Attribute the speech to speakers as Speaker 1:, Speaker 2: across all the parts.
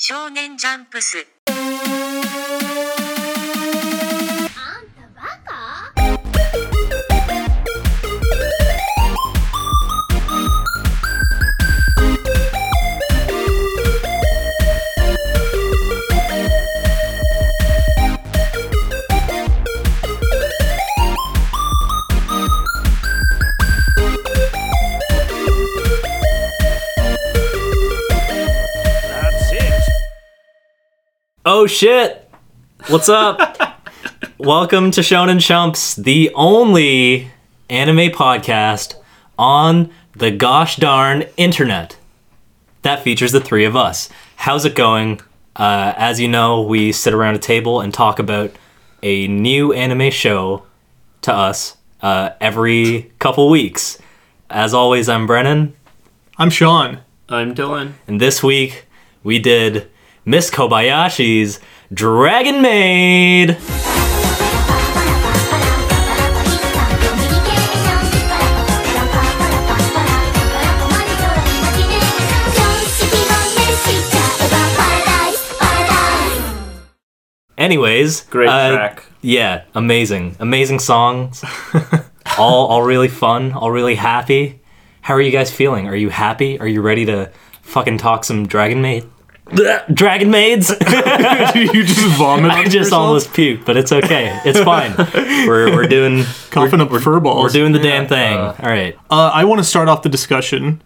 Speaker 1: 少年ジャンプス。
Speaker 2: That's it.
Speaker 3: Oh shit! What's up? Welcome to Shonen Chumps, the only anime podcast on the gosh darn internet that features the three of us. How's it going? Uh, as you know, we sit around a table and talk about a new anime show to us uh, every couple weeks. As always, I'm Brennan,
Speaker 4: I'm Sean.
Speaker 2: I'm Dylan.
Speaker 3: and this week we did Miss Kobayashi's Dragon Maid. Anyways,
Speaker 2: Great
Speaker 3: uh,
Speaker 2: track.
Speaker 3: Yeah, amazing, amazing songs. all all really fun, all really happy. How are you guys feeling? Are you happy? Are you ready to fucking talk some Dragon Maid? Dragon Maids.
Speaker 4: you just vomit.
Speaker 3: I just almost puked, but it's okay. It's fine. we're we're doing
Speaker 4: coughing up fur balls.
Speaker 3: we're doing the damn thing. all right.
Speaker 4: Uh, I want to start off the discussion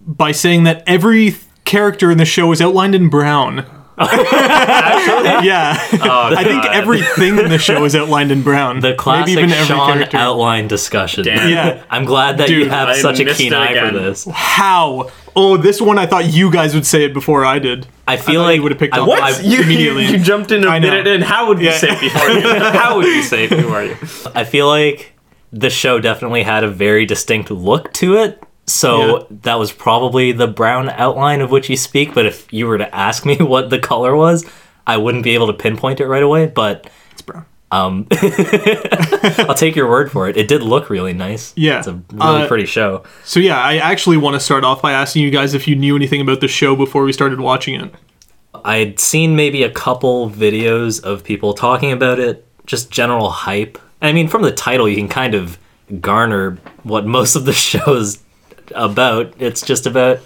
Speaker 4: by saying that every th- character in the show is outlined in brown. yeah, I think everything in the show is outlined in brown.
Speaker 3: The classic Sean outline discussion.
Speaker 2: Damn.
Speaker 4: Yeah.
Speaker 3: I'm glad that you
Speaker 4: Dude,
Speaker 3: have
Speaker 2: I
Speaker 3: such a
Speaker 2: missed
Speaker 3: keen
Speaker 2: it
Speaker 3: eye for
Speaker 2: again.
Speaker 3: this.
Speaker 4: How? Oh, this one I thought you guys would say it before I did.
Speaker 3: I feel
Speaker 4: thought
Speaker 3: like
Speaker 4: you would've picked
Speaker 3: I-
Speaker 4: up on
Speaker 3: I-
Speaker 4: that. You- Immediately.
Speaker 2: You jumped in a
Speaker 4: I know.
Speaker 2: minute in. How would you
Speaker 4: Yeah.
Speaker 2: say it before you? How would you say it before you?
Speaker 3: I feel like the show definitely had a very distinct look to it. So
Speaker 4: Yeah.
Speaker 3: that was probably the brown outline of which you speak. But if you were to ask me what the color was, I wouldn't be able to pinpoint it right away. But
Speaker 4: It's brown.
Speaker 3: um, I'll take your word for it. It did look really nice.
Speaker 4: Yeah.
Speaker 3: It's a really
Speaker 4: Uh,
Speaker 3: pretty show.
Speaker 4: So yeah, I actually want to start off by asking you guys if you knew anything about the show before we started watching it.
Speaker 3: I'd seen maybe a couple videos of people talking about it, just general hype. I mean, from the title, you can kind of garner what most of the show's about. It's just about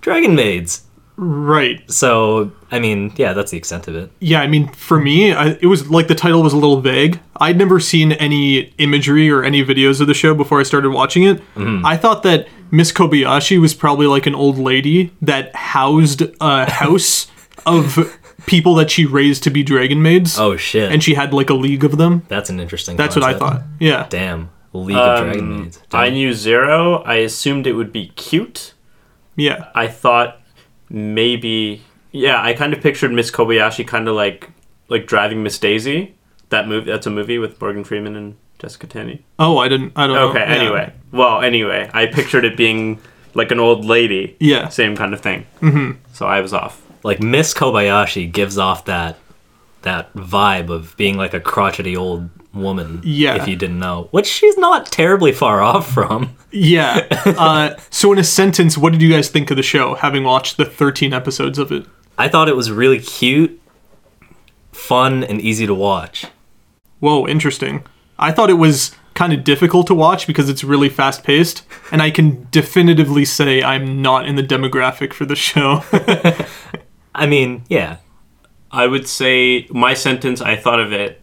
Speaker 3: dragon maids.
Speaker 4: Right.
Speaker 3: So, I mean, yeah, that's the extent of it.
Speaker 4: Yeah, I mean, for me, I, it was like the title was a little vague. I'd never seen any imagery or any videos of the show before I started watching it. I thought that Miss Kobayashi was probably like an old lady that housed a house of people that she raised to be dragon maids.
Speaker 3: Oh shit!
Speaker 4: And she had like a league of them.
Speaker 3: that's an interesting.
Speaker 4: That's what I
Speaker 3: concept.
Speaker 4: thought. Yeah.
Speaker 3: Damn, League of Dragon Maids.
Speaker 2: I knew zero. I assumed it would be cute.
Speaker 4: Yeah.
Speaker 2: I thought maybe yeah, I kind of pictured Miss Kobayashi kind of like like driving Miss Daisy. That movie that's a movie with Morgan Freeman and Jessica Tanny.
Speaker 4: Oh, I didn't. I don't know.
Speaker 2: Okay,
Speaker 4: Yeah.
Speaker 2: anyway. Well, anyway, I pictured it being like an old lady.
Speaker 4: Yeah.
Speaker 2: Same kind of thing. Mm-hmm. So I was off.
Speaker 3: like Miss Kobayashi gives off that that vibe of being like a crotchety old woman.
Speaker 4: Yeah.
Speaker 3: If you didn't know, which she's not terribly far off from.
Speaker 4: Yeah. Uh, so, in a sentence, what did you guys think of the show, having watched the 13 episodes of it?
Speaker 3: I thought it was really cute, fun, and easy to watch.
Speaker 4: Whoa, interesting. I thought it was kind of difficult to watch because it's really fast paced, and I can definitively say I'm not in the demographic for the show.
Speaker 3: I mean, yeah,
Speaker 2: I would say my sentence I thought of it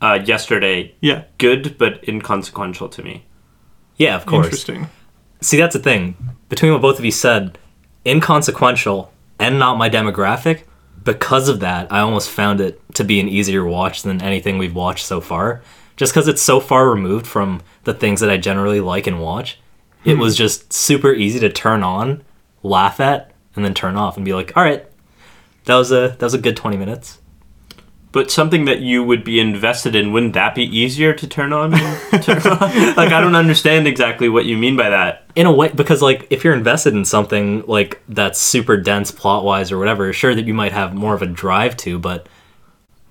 Speaker 2: uh, yesterday.
Speaker 4: yeah,
Speaker 2: Good but inconsequential to me.
Speaker 3: yeah, of course.
Speaker 4: interesting.
Speaker 3: See, that's the thing. Between what both of you said, inconsequential and not my demographic, because of that, I almost found it to be an easier watch than anything we've watched so far. Just because it's so far removed from the things that I generally like and watch, it was just super easy to turn on, laugh at, and then turn off and be like, all right, that was a that was a good 20 minutes.
Speaker 2: But something that you would be invested in, wouldn't that be easier to turn on? and turn off? like I don't understand exactly what you mean by that.
Speaker 3: in a way because like if you're invested in something like that's super dense plot wise or whatever sure that you might have more of a drive to but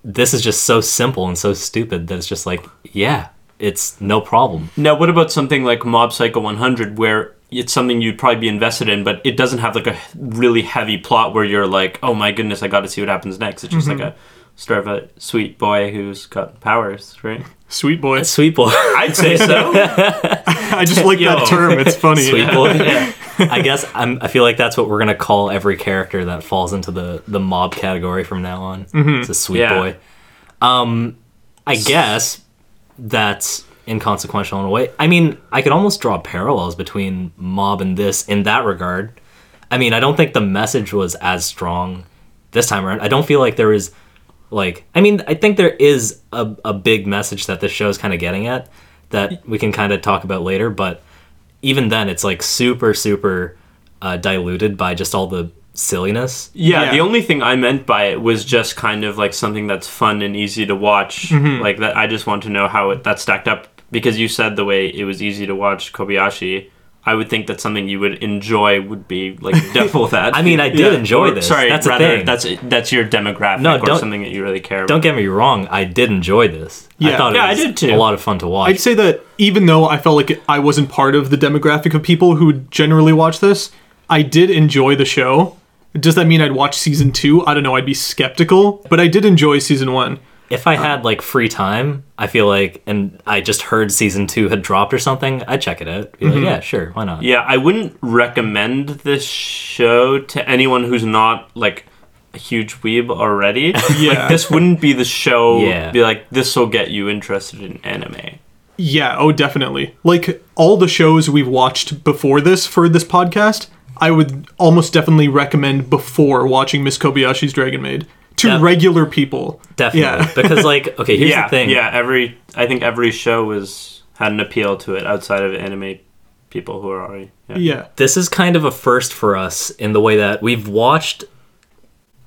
Speaker 3: this is just so simple and so stupid that it's just like yeah it's no problem
Speaker 2: Now, what about something like Mob Psycho 100, where it's something you'd probably be invested in, but it doesn't have like a really heavy plot where you're like, oh my goodness, I got to see what happens next. It's just like a story of a sweet boy who's got powers, right?
Speaker 4: Sweet boy.
Speaker 3: Sweet boy.
Speaker 2: I'd say so.
Speaker 4: I just like
Speaker 2: Yo.
Speaker 4: that term. It's funny.
Speaker 3: Sweet boy. I guess I'm, I feel like that's what we're gonna call every character that falls into the the mob category from now on. It's a sweet
Speaker 2: Yeah.
Speaker 3: boy. Um, I guess that's inconsequential in a way. I mean, I could almost draw parallels between mob and this in that regard. I mean, I don't think the message was as strong this time around. I don't feel like there is like I mean, I think there is a, a big message that this show is kind of getting at that we can kind of talk about later, but even then it's like super super uh, diluted by just all the silliness.
Speaker 2: Yeah,
Speaker 4: Yeah.
Speaker 2: the only thing I meant by it was just kind of like something that's fun and easy to watch.
Speaker 3: Mm-hmm.
Speaker 2: Like that, I just want to know how it, that stacked up because you said the way it was easy to watch Kobayashi. I would think that something you would enjoy would be like double that.
Speaker 3: I mean, I did
Speaker 2: Yeah.
Speaker 3: enjoy
Speaker 2: Or-
Speaker 3: this.
Speaker 2: Sorry,
Speaker 3: that's
Speaker 2: rather,
Speaker 3: a thing.
Speaker 2: that's that's your demographic
Speaker 3: No,
Speaker 2: or
Speaker 3: don't-
Speaker 2: something that you really care about.
Speaker 3: don't get me wrong, I did enjoy this. I
Speaker 4: Yeah.
Speaker 3: thought it
Speaker 2: Yeah, I
Speaker 3: was
Speaker 2: did too.
Speaker 3: a lot of fun to watch.
Speaker 4: I'd say that even though I felt like I wasn't part of the demographic of people who would generally watch this, I did enjoy the show. Does that mean I'd watch season two? I don't know. I'd be skeptical, but I did enjoy season one.
Speaker 3: if I had like free time, I feel like, and I just heard season two had dropped or something, I'd check it out. Be like, yeah, sure, why not?
Speaker 2: Mm-hmm. Yeah, I wouldn't recommend this show to anyone who's not like a huge weeb already.
Speaker 4: Yeah.
Speaker 2: Like this wouldn't be the show
Speaker 3: Yeah.
Speaker 2: be like this will get you interested in anime.
Speaker 4: Yeah, oh, definitely. Like all the shows we've watched before this for this podcast, I would almost definitely recommend before watching Miss Kobayashi's Dragon Maid to
Speaker 3: Def-
Speaker 4: regular people.
Speaker 3: Definitely.
Speaker 4: Yeah.
Speaker 3: because like, okay, here's
Speaker 2: yeah,
Speaker 3: the thing.
Speaker 2: yeah, every I think every show was had an appeal to it outside of anime people who are already yeah.
Speaker 4: Yeah.
Speaker 3: This is kind of a first for us in the way that we've watched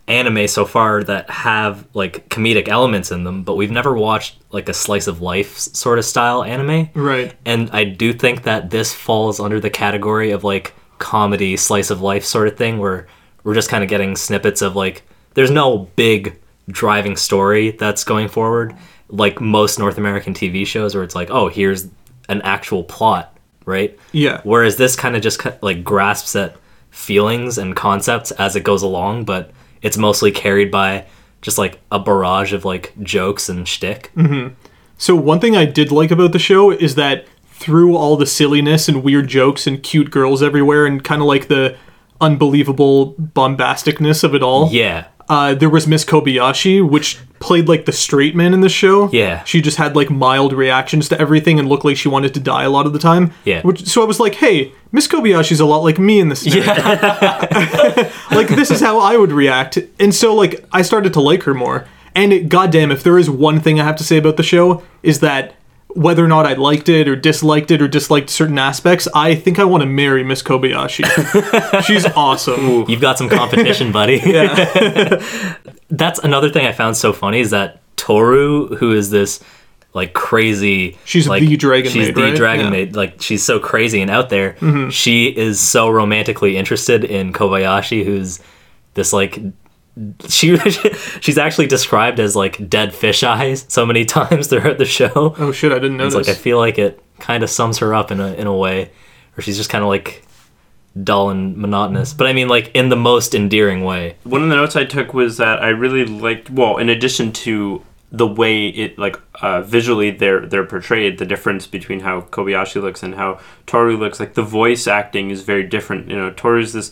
Speaker 3: anime so far that have like comedic elements in them, but we've never watched like a slice of life s- sort of style anime.
Speaker 4: Right.
Speaker 3: And I do think that this falls under the category of like comedy, slice of life sort of thing where we're just kind of getting snippets of like, there's no big driving story that's going forward. Like most North American TV shows where it's like, oh, here's an actual plot, right?
Speaker 4: Yeah.
Speaker 3: Whereas this kind of just ki- like grasps at feelings and concepts as it goes along, but it's mostly carried by just like a barrage of like jokes and shtick.
Speaker 4: So one thing I did like about the show is that through all the silliness and weird jokes and cute girls everywhere and kind of like the unbelievable bombasticness of it all.
Speaker 3: Yeah.
Speaker 4: Uh, there was Miss Kobayashi, which played like the straight man in the show.
Speaker 3: Yeah.
Speaker 4: She just had like mild reactions to everything and looked like she wanted to die a lot of the time.
Speaker 3: Yeah.
Speaker 4: Which, so I was like, hey, Miss Kobayashi's a lot like me in this. Yeah. like this is how I would react. And so like I started to like her more. And it, goddamn, if there is one thing I have to say about the show is that whether or not I liked it or disliked it or disliked certain aspects, I think I want to marry Miss Kobayashi. She's awesome.
Speaker 3: You've got some competition, buddy. That's another thing I found so funny is that Toru, who is this like crazy
Speaker 4: She's
Speaker 3: like,
Speaker 4: the dragon
Speaker 3: she's
Speaker 4: maid,
Speaker 3: the
Speaker 4: right?
Speaker 3: dragon
Speaker 4: Yeah. Mm-hmm.
Speaker 3: maid like she's so crazy and out there she is so romantically interested in kobayashi who's this like she she's actually described as like dead fish eyes so many times throughout the show
Speaker 4: Oh shit, I didn't notice.
Speaker 3: it's like I feel like it kind of sums her up in a in a way, where she's just kind of like dull and monotonous. But I mean, like in the most endearing way.
Speaker 2: One of the notes I took was that I really liked well, in addition to the way it like uh, visually they're they're portrayed, the difference between how Kobayashi looks and how Toru looks, like the voice acting is very different. You know, Toru's this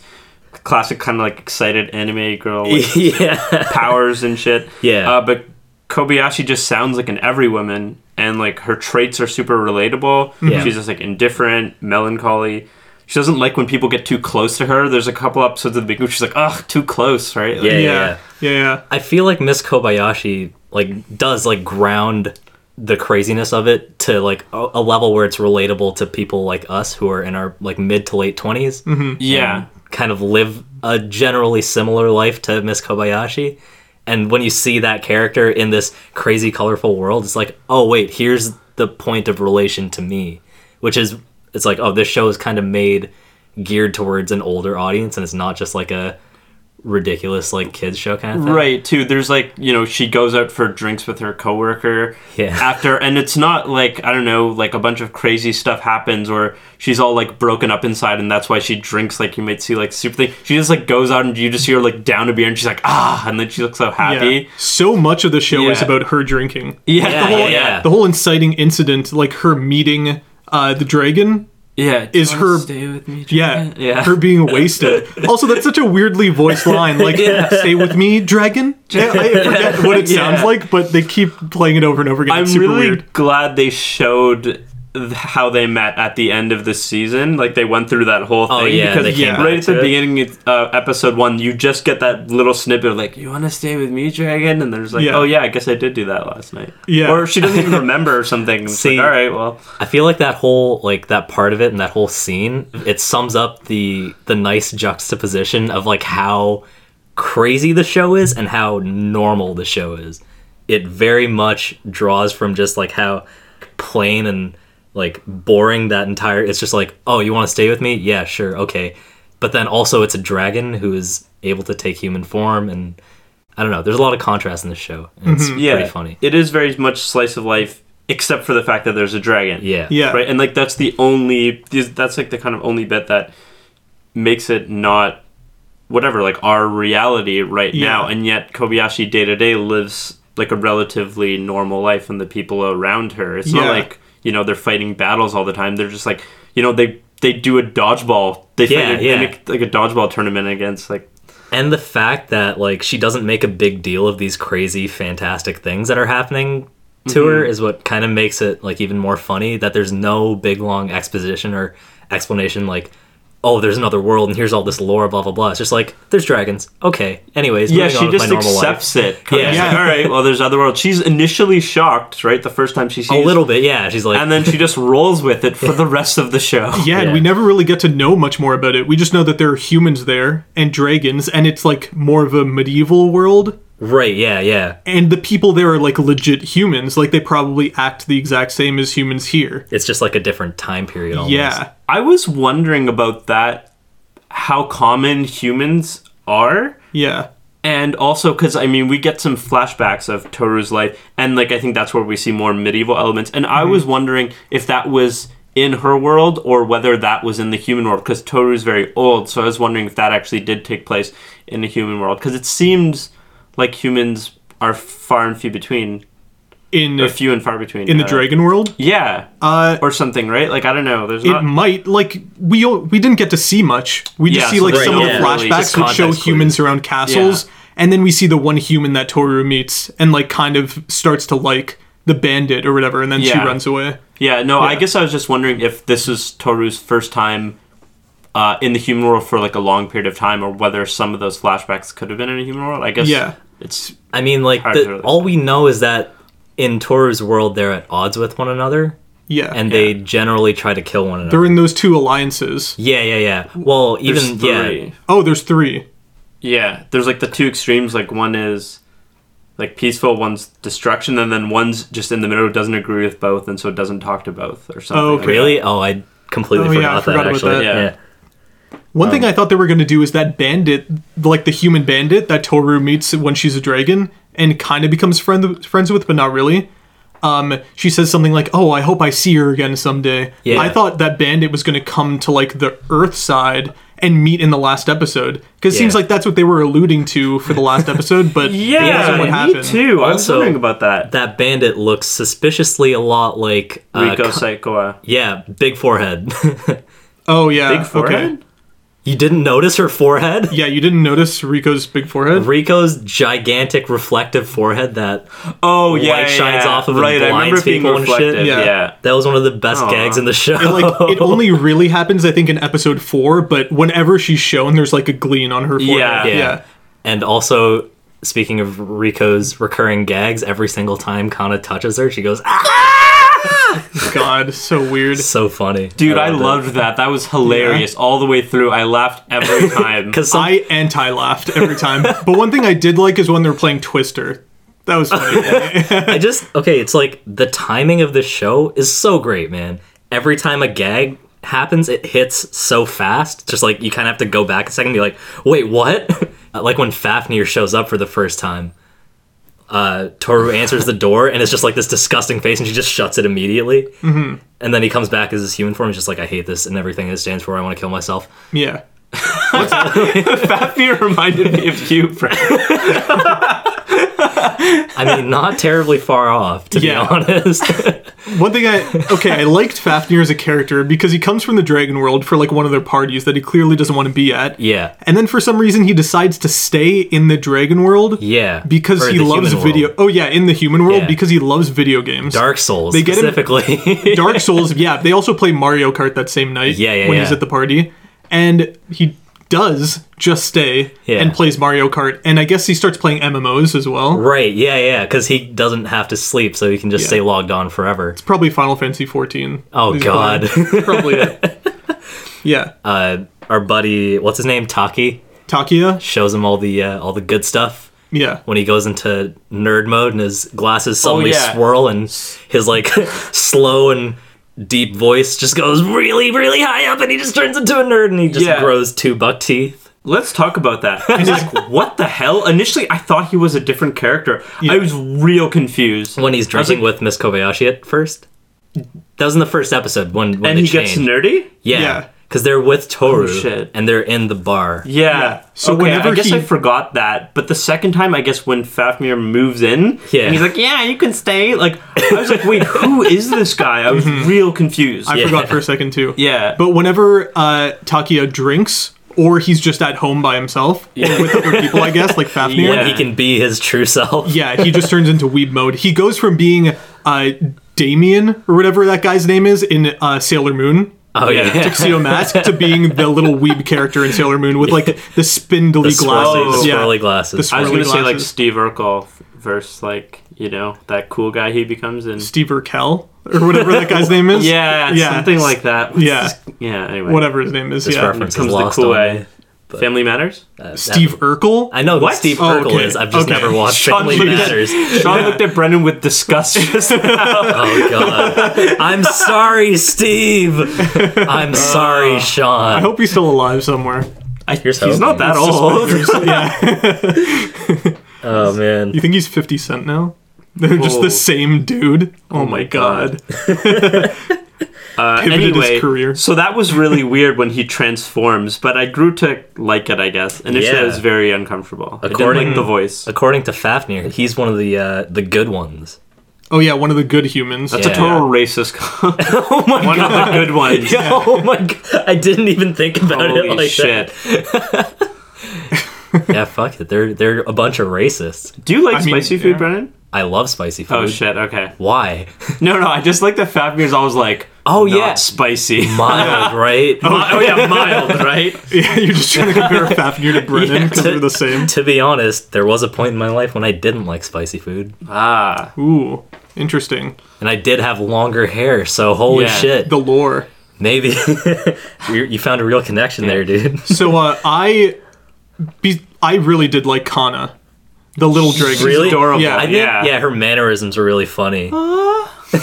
Speaker 2: classic kind of like excited anime girl like,
Speaker 3: yeah,
Speaker 2: powers and shit.
Speaker 3: Yeah.
Speaker 2: Uh, but Kobayashi just sounds like an every woman, and like her traits are super relatable.
Speaker 3: Yeah.
Speaker 2: She's just like indifferent, melancholy. She doesn't like when people get too close to her. There's a couple episodes of the beginning where she's like, ugh, too close, right? Like,
Speaker 3: Yeah.
Speaker 4: yeah. Yeah, yeah.
Speaker 3: I feel like Miss Kobayashi like does like ground the craziness of it to like a, a level where it's relatable to people like us who are in our like mid to late 20s
Speaker 2: yeah.
Speaker 3: kind of live a generally similar life to Miss Kobayashi. And when you see that character in this crazy, colorful world, it's like, oh, wait, here's the point of relation to me. Which is, it's like, oh, this show is kind of made geared towards an older audience and it's not just like a ridiculous like kids show kind of thing.
Speaker 2: Right, too. There's like, you know, she goes out for drinks with her coworker
Speaker 3: Yeah.
Speaker 2: after and it's not like, I don't know, like a bunch of crazy stuff happens or she's all like broken up inside and that's why she drinks like you might see like super thing. She just like goes out and you just hear her, like down a beer and she's like, ah and then she looks so happy.
Speaker 4: So much of the show is
Speaker 2: Yeah.
Speaker 4: about her drinking.
Speaker 2: Yeah.
Speaker 3: Yeah,
Speaker 2: the whole-
Speaker 3: yeah, yeah.
Speaker 4: The whole inciting incident, like her meeting uh, the dragon,
Speaker 2: yeah. Do
Speaker 4: Is
Speaker 2: you wanna
Speaker 4: her-
Speaker 2: stay with me,
Speaker 4: Yeah,
Speaker 2: Jack? Yeah.
Speaker 4: Her being wasted. also, that's such a weirdly voiced line. Like, stay with me, dragon. Yeah, I forget what it sounds
Speaker 2: Yeah.
Speaker 4: like, but they keep playing it over and over again.
Speaker 2: I'm
Speaker 4: It's super
Speaker 2: really
Speaker 4: weird.
Speaker 2: glad they showed th- how they met at the end of the season. Like they went through that whole thing.
Speaker 3: Oh, yeah,
Speaker 2: because
Speaker 3: they
Speaker 4: came
Speaker 2: right
Speaker 3: back
Speaker 2: at the
Speaker 3: to it.
Speaker 2: beginning of uh, episode one, you just get that little snippet of like, "You want to stay with me, Dragon?" And there's like,
Speaker 4: Yeah.
Speaker 2: "Oh yeah, I guess I did do that last night."
Speaker 4: Yeah.
Speaker 2: or she doesn't even remember or something. It's
Speaker 3: See-
Speaker 2: like, all right, well,
Speaker 3: I feel like that whole like that part of it and that whole scene it sums up the the nice juxtaposition of like how crazy the show is and how normal the show is. It very much draws from just like how plain and like boring that entire it's just like, "Oh, you want to stay with me? Yeah, sure. Okay." But then also it's a dragon who is able to take human form and I don't know. There's a lot of contrast in this show. and It's
Speaker 2: yeah,
Speaker 3: pretty funny.
Speaker 2: It is very much slice of life, except for the fact that there's a dragon.
Speaker 3: Yeah.
Speaker 4: Yeah.
Speaker 2: right and like that's the only these- that's like the kind of only bit that makes it not whatever like our reality right
Speaker 4: Yeah.
Speaker 2: now and yet kobayashi day to day lives like a relatively normal life and the people around her it's
Speaker 4: Yeah.
Speaker 2: not like you know they're fighting battles all the time they're just like you know they they do a dodgeball they
Speaker 3: Yeah,
Speaker 2: fight a,
Speaker 3: yeah.
Speaker 2: mimic- like a dodgeball tournament against like
Speaker 3: and the fact that like she doesn't make a big deal of these crazy fantastic things that are happening to her
Speaker 2: Mm-hmm.
Speaker 3: is what kind of makes it like even more funny that there's no big long exposition or explanation like oh there's another world and here's all this lore blah blah blah it's just like there's dragons okay anyways
Speaker 2: yeah
Speaker 3: moving on
Speaker 2: she
Speaker 3: with
Speaker 2: just
Speaker 3: my normal life.
Speaker 2: accepts it 'Cause
Speaker 3: Yeah.
Speaker 2: she's like, all right well there's other world she's initially shocked right the first time she sees
Speaker 3: a little bit yeah she's like
Speaker 2: and then she just rolls with it for the rest of the show
Speaker 4: Yeah, and
Speaker 3: Yeah.
Speaker 4: we never really get to know much more about it. We just know that there are humans there and dragons, and it's like more of a medieval world.
Speaker 3: right yeah yeah
Speaker 4: And the people there are like legit humans. Like they probably act the exact same as humans here.
Speaker 3: it's just like a different time period almost.
Speaker 4: Yeah.
Speaker 2: I was wondering about that, how common humans are.
Speaker 4: Yeah.
Speaker 2: And also, because I mean, we get some flashbacks of Toru's life, and like I think that's where we see more medieval elements. And I
Speaker 4: Mm-hmm.
Speaker 2: was wondering if that was in her world or whether that was in the human world, because Toru's very old. So I was wondering if that actually did take place in the human world, because it seems like humans are far and few between,
Speaker 4: In
Speaker 2: or few and far between.
Speaker 4: in the
Speaker 2: uh,
Speaker 4: dragon world,
Speaker 2: Yeah.
Speaker 4: uh,
Speaker 2: or something, right? Like I don't know. There's
Speaker 4: it
Speaker 2: not.
Speaker 4: might like we o- we didn't get to see much. We just
Speaker 2: Yeah,
Speaker 4: see
Speaker 2: so
Speaker 4: like
Speaker 2: there's
Speaker 4: some of
Speaker 2: no
Speaker 4: the
Speaker 2: really-
Speaker 4: flashbacks
Speaker 3: just
Speaker 4: which show
Speaker 3: context
Speaker 4: humans around castles, and then we see the one human that Toru meets and like kind of starts to like the bandit or whatever, and then she
Speaker 2: Yeah.
Speaker 4: runs away.
Speaker 2: Yeah, no, I guess I was just wondering if this was Toru's first time uh, in the human world for like a long period of time, or whether some of those flashbacks could have been in a human world. I guess.
Speaker 4: Yeah.
Speaker 2: It's
Speaker 3: I mean, like,
Speaker 2: Hard to
Speaker 3: the,
Speaker 2: really-
Speaker 3: all we know is that in Toru's world, they're at odds with one another,
Speaker 4: Yeah,
Speaker 3: and they generally try to kill one another.
Speaker 4: they're in those two alliances.
Speaker 3: yeah, yeah, yeah. Well,
Speaker 2: there's
Speaker 3: even
Speaker 2: three.
Speaker 3: yeah,
Speaker 2: Yeah.
Speaker 4: Oh, there's three.
Speaker 2: there's like the two extremes. Like one is like peaceful, one's destruction, and then one's just in the middle, doesn't agree with both, and so doesn't talk to both or something.
Speaker 4: Oh, okay.
Speaker 3: really. Oh, I completely
Speaker 4: Oh,
Speaker 3: forgot,
Speaker 4: yeah, I forgot
Speaker 3: that.
Speaker 4: about
Speaker 3: Actually,
Speaker 4: that.
Speaker 2: Yeah.
Speaker 3: yeah.
Speaker 4: One thing I thought they were going to do is that bandit, like the human bandit that Toru meets when she's a dragon and kind of becomes friend, friends with, but not really. Um, she says something like, "Oh, I hope I see her again someday."
Speaker 3: Yeah.
Speaker 4: I thought that bandit was going to come to like the Earth side and meet in the last episode because it seems
Speaker 3: Yeah.
Speaker 4: like that's what they were alluding to for the last episode, but
Speaker 2: Yeah,
Speaker 4: that's what
Speaker 2: me
Speaker 4: happened.
Speaker 2: too. I was
Speaker 3: Also-
Speaker 2: wondering about that.
Speaker 3: That bandit looks suspiciously a lot like uh,
Speaker 2: Rico
Speaker 3: co-
Speaker 2: Saikoa.
Speaker 3: yeah, big forehead.
Speaker 4: Oh yeah,
Speaker 2: Big forehead.
Speaker 4: Okay.
Speaker 3: you didn't notice her forehead?
Speaker 4: Yeah, you didn't notice Rico's big forehead.
Speaker 3: Rico's gigantic reflective forehead that
Speaker 2: Oh yeah,
Speaker 3: Light
Speaker 2: yeah,
Speaker 3: shines
Speaker 2: yeah.
Speaker 3: off of and
Speaker 2: right. I remember
Speaker 3: blinds
Speaker 2: it being
Speaker 3: people and shit.
Speaker 2: reflective.
Speaker 4: Yeah.
Speaker 2: yeah.
Speaker 3: that was one of the best
Speaker 2: Aw.
Speaker 3: gags in the show.
Speaker 4: And, like it only really happens, I think, in episode four. But whenever she's shown, there's like a glean on her forehead.
Speaker 2: Yeah.
Speaker 3: Yeah. And also, speaking of Rico's recurring gags, every single time Kana touches her, she goes, ah!
Speaker 4: God, so weird.
Speaker 3: so funny.
Speaker 2: Dude, I, loved that. That was hilarious all the way through. I laughed every time.
Speaker 3: Because some,
Speaker 4: I anti laughed every time. but one thing I did like is when they were playing Twister. That was funny.
Speaker 3: I just, okay, it's like the timing of the show is so great, man. Every time a gag happens, it hits so fast. Just like you kind of have to go back a second and be like, wait, what? uh, like when Fafnir shows up for the first time. Uh, Toru answers the door, and it's just like this disgusting face, and she just shuts it immediately. Mm-hmm. And then he comes back as his human form. He's just like, I hate this and everything it stands for. I want to kill myself.
Speaker 4: Yeah.
Speaker 2: Fafnir reminded me of you, Frank.
Speaker 3: I mean, not terribly far off, to
Speaker 4: Yeah.
Speaker 3: be honest.
Speaker 4: One thing I okay, I liked Fafnir as a character because he comes from the Dragon World for like one of their parties that he clearly doesn't want to be at.
Speaker 3: yeah.
Speaker 4: And then for some reason he decides to stay in the Dragon World.
Speaker 3: Yeah.
Speaker 4: Because
Speaker 3: Or
Speaker 4: he
Speaker 3: the
Speaker 4: loves
Speaker 3: human
Speaker 4: video.
Speaker 3: world.
Speaker 4: Oh yeah, in the human world
Speaker 3: Yeah.
Speaker 4: because he loves video games.
Speaker 3: Dark Souls,
Speaker 4: They get him-
Speaker 3: specifically.
Speaker 4: Dark Souls. Yeah, they also play Mario Kart that same night.
Speaker 3: Yeah, yeah,
Speaker 4: when
Speaker 3: yeah.
Speaker 4: he's at the party, and he does just stay
Speaker 3: Yeah.
Speaker 4: and plays Mario Kart, and I guess he starts playing MMOs as well.
Speaker 3: right, yeah, yeah, because he doesn't have to sleep, so he can just
Speaker 4: Yeah.
Speaker 3: stay logged on forever.
Speaker 4: Probably Final Fantasy 14.
Speaker 3: Oh,
Speaker 4: He's
Speaker 3: God.
Speaker 4: Probably, probably it. Yeah,
Speaker 3: Uh, our buddy, what's his name, Taki,
Speaker 4: Takia.
Speaker 3: shows him all the uh, all the good stuff
Speaker 4: Yeah,
Speaker 3: when he goes into nerd mode, and his glasses suddenly
Speaker 2: Oh, yeah.
Speaker 3: swirl, and his like slow and deep voice just goes really, really high up, and he just turns into a nerd, and he just
Speaker 2: Yeah.
Speaker 3: grows two buck teeth.
Speaker 2: Let's talk about that. I was like, what the hell? Initially, I thought he was a different character. I was real confused.
Speaker 3: When he's
Speaker 2: I was
Speaker 3: drinking
Speaker 2: like,
Speaker 3: with Miss Kobayashi at first, that was in the first episode when when
Speaker 2: and
Speaker 3: they
Speaker 2: he
Speaker 3: changed.
Speaker 2: gets nerdy?
Speaker 4: Yeah.
Speaker 3: Yeah. Because they're with Toru
Speaker 2: shit.
Speaker 3: and they're in the bar.
Speaker 2: Yeah.
Speaker 4: Yeah. So
Speaker 2: So okay,
Speaker 4: whenever
Speaker 2: I guess
Speaker 4: he-
Speaker 2: I forgot that, but the second time, I guess when Fafnir moves in,
Speaker 3: Yeah.
Speaker 2: and he's like, "Yeah, you can stay." Like, I was like, "Wait, who is this guy?" I was real confused.
Speaker 4: Mm-hmm. I
Speaker 2: yeah.
Speaker 4: forgot for a second too.
Speaker 2: yeah.
Speaker 4: But whenever uh, Takia drinks, or he's just at home by himself or with other people, I guess, like Fafnir.
Speaker 2: Yeah.
Speaker 3: When he can be his true self.
Speaker 4: Yeah, he just turns into weeb mode. He goes from being uh, Damien or whatever that guy's name is in uh, Sailor Moon.
Speaker 3: Oh, yeah.
Speaker 4: Tuxedo Mask to being the little weeb character in Sailor Moon with like the spindly
Speaker 3: Swirly,
Speaker 4: glasses.
Speaker 3: the
Speaker 4: yeah.
Speaker 3: swirly glasses.
Speaker 4: The
Speaker 2: I was
Speaker 4: swirly-
Speaker 2: gonna say like
Speaker 4: glasses.
Speaker 2: Steve Urkel versus like you know that cool guy he becomes in.
Speaker 4: Steve Urkel or whatever that guy's name is.
Speaker 2: Yeah,
Speaker 4: Yeah.
Speaker 2: something like that.
Speaker 4: Yeah.
Speaker 2: yeah. Anyway,
Speaker 4: Whatever his name is.
Speaker 3: This
Speaker 4: yeah.
Speaker 3: reference is
Speaker 2: Comes the
Speaker 3: lost
Speaker 2: cool
Speaker 3: on
Speaker 2: way.
Speaker 3: me.
Speaker 2: Family matters.
Speaker 3: Uh, that-
Speaker 4: Steve Urkel?
Speaker 3: I know who
Speaker 2: What?
Speaker 3: Steve
Speaker 4: Oh,
Speaker 3: Urkel
Speaker 4: okay.
Speaker 3: is. I've just
Speaker 4: Okay.
Speaker 3: never watched
Speaker 2: Sean
Speaker 3: Family
Speaker 2: Lewis.
Speaker 3: Matters.
Speaker 2: Sean looked at Brennan with disgust. Just
Speaker 3: Oh, God. I'm sorry, Steve.
Speaker 2: Uh,
Speaker 3: I'm sorry, Sean.
Speaker 4: I hope he's still alive somewhere.
Speaker 3: Here's
Speaker 2: he's not
Speaker 3: hoping.
Speaker 2: that old.
Speaker 3: Oh, man.
Speaker 4: You think he's 50 Cent now? They're just
Speaker 2: Whoa.
Speaker 4: the same dude. Oh, my
Speaker 2: my
Speaker 4: god.
Speaker 2: God.
Speaker 4: Pivoted
Speaker 2: Uh, anyway,
Speaker 4: his career.
Speaker 2: so that was really weird when he transforms, but I grew to like it. I guess initially
Speaker 3: Yeah.
Speaker 2: it was very uncomfortable. I didn't
Speaker 3: According-
Speaker 2: like the voice.
Speaker 3: According to Fafnir, he's one of the uh, the good ones.
Speaker 4: Oh yeah, one of the good humans.
Speaker 2: It's a
Speaker 3: Yeah.
Speaker 2: total racist. comment.
Speaker 3: Oh my
Speaker 2: One of the good ones.
Speaker 3: Oh my god! I didn't even think about
Speaker 2: Holy
Speaker 3: it like
Speaker 2: shit!
Speaker 3: that. Yeah, fuck it. They're they're a bunch of racists.
Speaker 2: Do you like
Speaker 4: I mean,
Speaker 2: spicy food,
Speaker 4: yeah.
Speaker 2: Brennan?
Speaker 3: I love spicy food.
Speaker 2: Oh shit! Okay.
Speaker 3: Why?
Speaker 2: No, no. I just like that Fat Beer's always like,
Speaker 3: Oh,
Speaker 2: not
Speaker 3: yeah.
Speaker 2: spicy.
Speaker 3: Mild, right?
Speaker 2: Mi- oh yeah, mild, right?
Speaker 4: Yeah, you're just trying to compare Fafnir to Brennan because they're the same.
Speaker 3: To be honest, there was a point in my life when I didn't like spicy food,
Speaker 2: Ah,
Speaker 4: Ooh, interesting.
Speaker 3: and I did have longer hair. So holy
Speaker 2: Yeah.
Speaker 3: shit!
Speaker 4: The lore.
Speaker 3: Maybe you you found a real connection there, dude.
Speaker 4: So uh, I, be, I really did like Kana, the little dragon.
Speaker 3: really?
Speaker 2: adorable.
Speaker 4: Yeah.
Speaker 3: I think,
Speaker 2: Yeah.
Speaker 3: yeah. her mannerisms are really funny.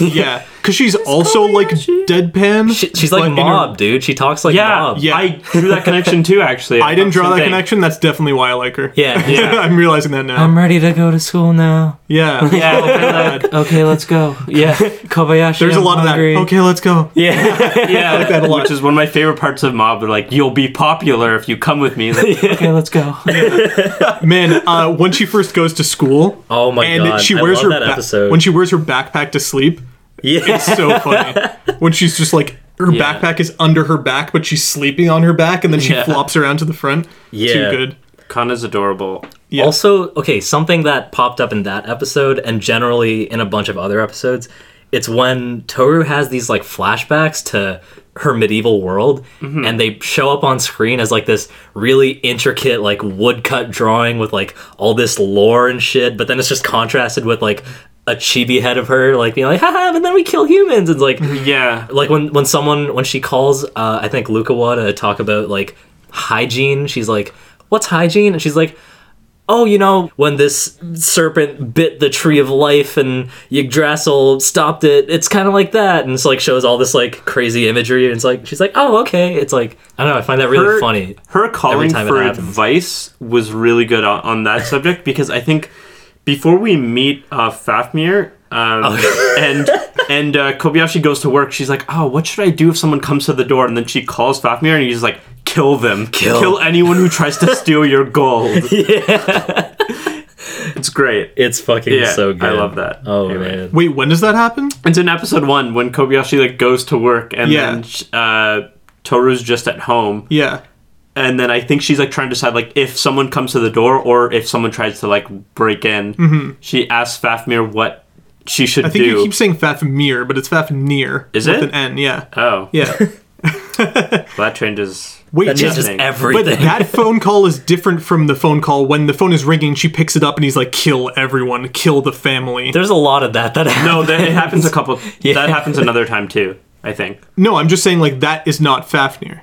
Speaker 4: Yeah, because she's also like
Speaker 2: Kobayashi.
Speaker 4: deadpan.
Speaker 3: She- she's like
Speaker 4: but in her-
Speaker 3: Mob, dude. She talks like
Speaker 2: yeah,
Speaker 3: Mob.
Speaker 4: Yeah.
Speaker 2: I drew that connection too. Actually,
Speaker 4: I didn't draw
Speaker 2: Same
Speaker 4: that
Speaker 2: thing.
Speaker 4: connection. That's definitely why I like her.
Speaker 3: Yeah.
Speaker 2: Yeah.
Speaker 4: I'm realizing that now.
Speaker 3: I'm ready to go to school now.
Speaker 4: Um, yeah.
Speaker 2: Yeah, kinda like, okay, let's go. Yeah,
Speaker 3: Kobayashi.
Speaker 4: There's a lot of that. Okay, let's go.
Speaker 3: Yeah.
Speaker 2: yeah, I like that a lot. Which is one of my favorite parts of Mob. They're like, "You'll be popular if you come with me." Like, okay, let's go.
Speaker 4: Man, uh, when she first goes to school,
Speaker 3: Oh my
Speaker 4: and
Speaker 3: god!
Speaker 4: she
Speaker 3: I
Speaker 4: wears
Speaker 3: love
Speaker 4: her
Speaker 3: that
Speaker 4: ba-
Speaker 3: episode.
Speaker 4: when she wears her backpack to sleep,
Speaker 3: yeah.
Speaker 4: so funny when she's just like her
Speaker 2: Yeah.
Speaker 4: backpack is under her back but she's sleeping on her back and then she
Speaker 2: Yeah.
Speaker 4: flops around to the front too
Speaker 3: Yeah.
Speaker 4: good
Speaker 2: Kana's adorable.
Speaker 4: Yeah.
Speaker 3: Also, okay, something that popped up in that episode and generally in a bunch of other episodes, it's when Toru has these like flashbacks to her medieval world and they show up on screen as like this really intricate like woodcut drawing with like all this lore and shit, but then it's just contrasted with like a chibi head of her like being like haha and then we kill humans and like
Speaker 2: Mm-hmm. Yeah,
Speaker 3: like when when someone when she calls uh, I think Lukawa to talk about like hygiene, she's like, "What's hygiene?" and she's like, oh, you know, when this serpent bit the tree of life and Yggdrasil stopped it, it's kind of like that. And it's like shows all this like crazy imagery. And it's like, she's like, oh, okay. It's like, I don't know. I find that really
Speaker 2: her-
Speaker 3: funny.
Speaker 2: Her calling
Speaker 3: time it
Speaker 2: for
Speaker 3: happens.
Speaker 2: advice was really good on, on that subject because I think before we meet uh, Fafnir um,
Speaker 3: Oh.
Speaker 2: and and uh, Kobayashi goes to work, she's like, "Oh, what should I do if someone comes to the door?" And then she calls Fafnir, and he's like, "Kill them!
Speaker 3: Kill.
Speaker 2: anyone who tries to steal your gold." yeah, it's great.
Speaker 3: It's fucking
Speaker 2: Yeah,
Speaker 3: so good.
Speaker 2: I love that.
Speaker 3: Oh,
Speaker 2: Anyway.
Speaker 3: man.
Speaker 4: Wait, when does that happen?
Speaker 2: It's in episode one when Kobayashi like goes to work, and
Speaker 4: Yeah.
Speaker 2: then uh, Toru's just at home,
Speaker 4: Yeah.
Speaker 2: and then I think she's like trying to decide like if someone comes to the door or if someone tries to like break in. She asks Fafnir what she should
Speaker 4: I think
Speaker 2: do.
Speaker 4: you keep saying Fafnir, but it's Fafnir.
Speaker 2: Is
Speaker 4: with
Speaker 2: it?
Speaker 4: an N, yeah.
Speaker 2: oh, yeah.
Speaker 4: Yeah.
Speaker 2: that changes.
Speaker 4: Wait,
Speaker 3: That
Speaker 4: just-
Speaker 3: changes
Speaker 2: Nothing.
Speaker 3: everything.
Speaker 4: But that phone call is different from the phone call when the phone is ringing. She picks it up and he's like, "Kill everyone, kill the family."
Speaker 3: There's a lot of that. That
Speaker 2: No,
Speaker 3: happens.
Speaker 2: that it happens a couple.
Speaker 3: Yeah.
Speaker 2: That happens another time too. I think.
Speaker 4: No, I'm just saying like that is not Fafnir,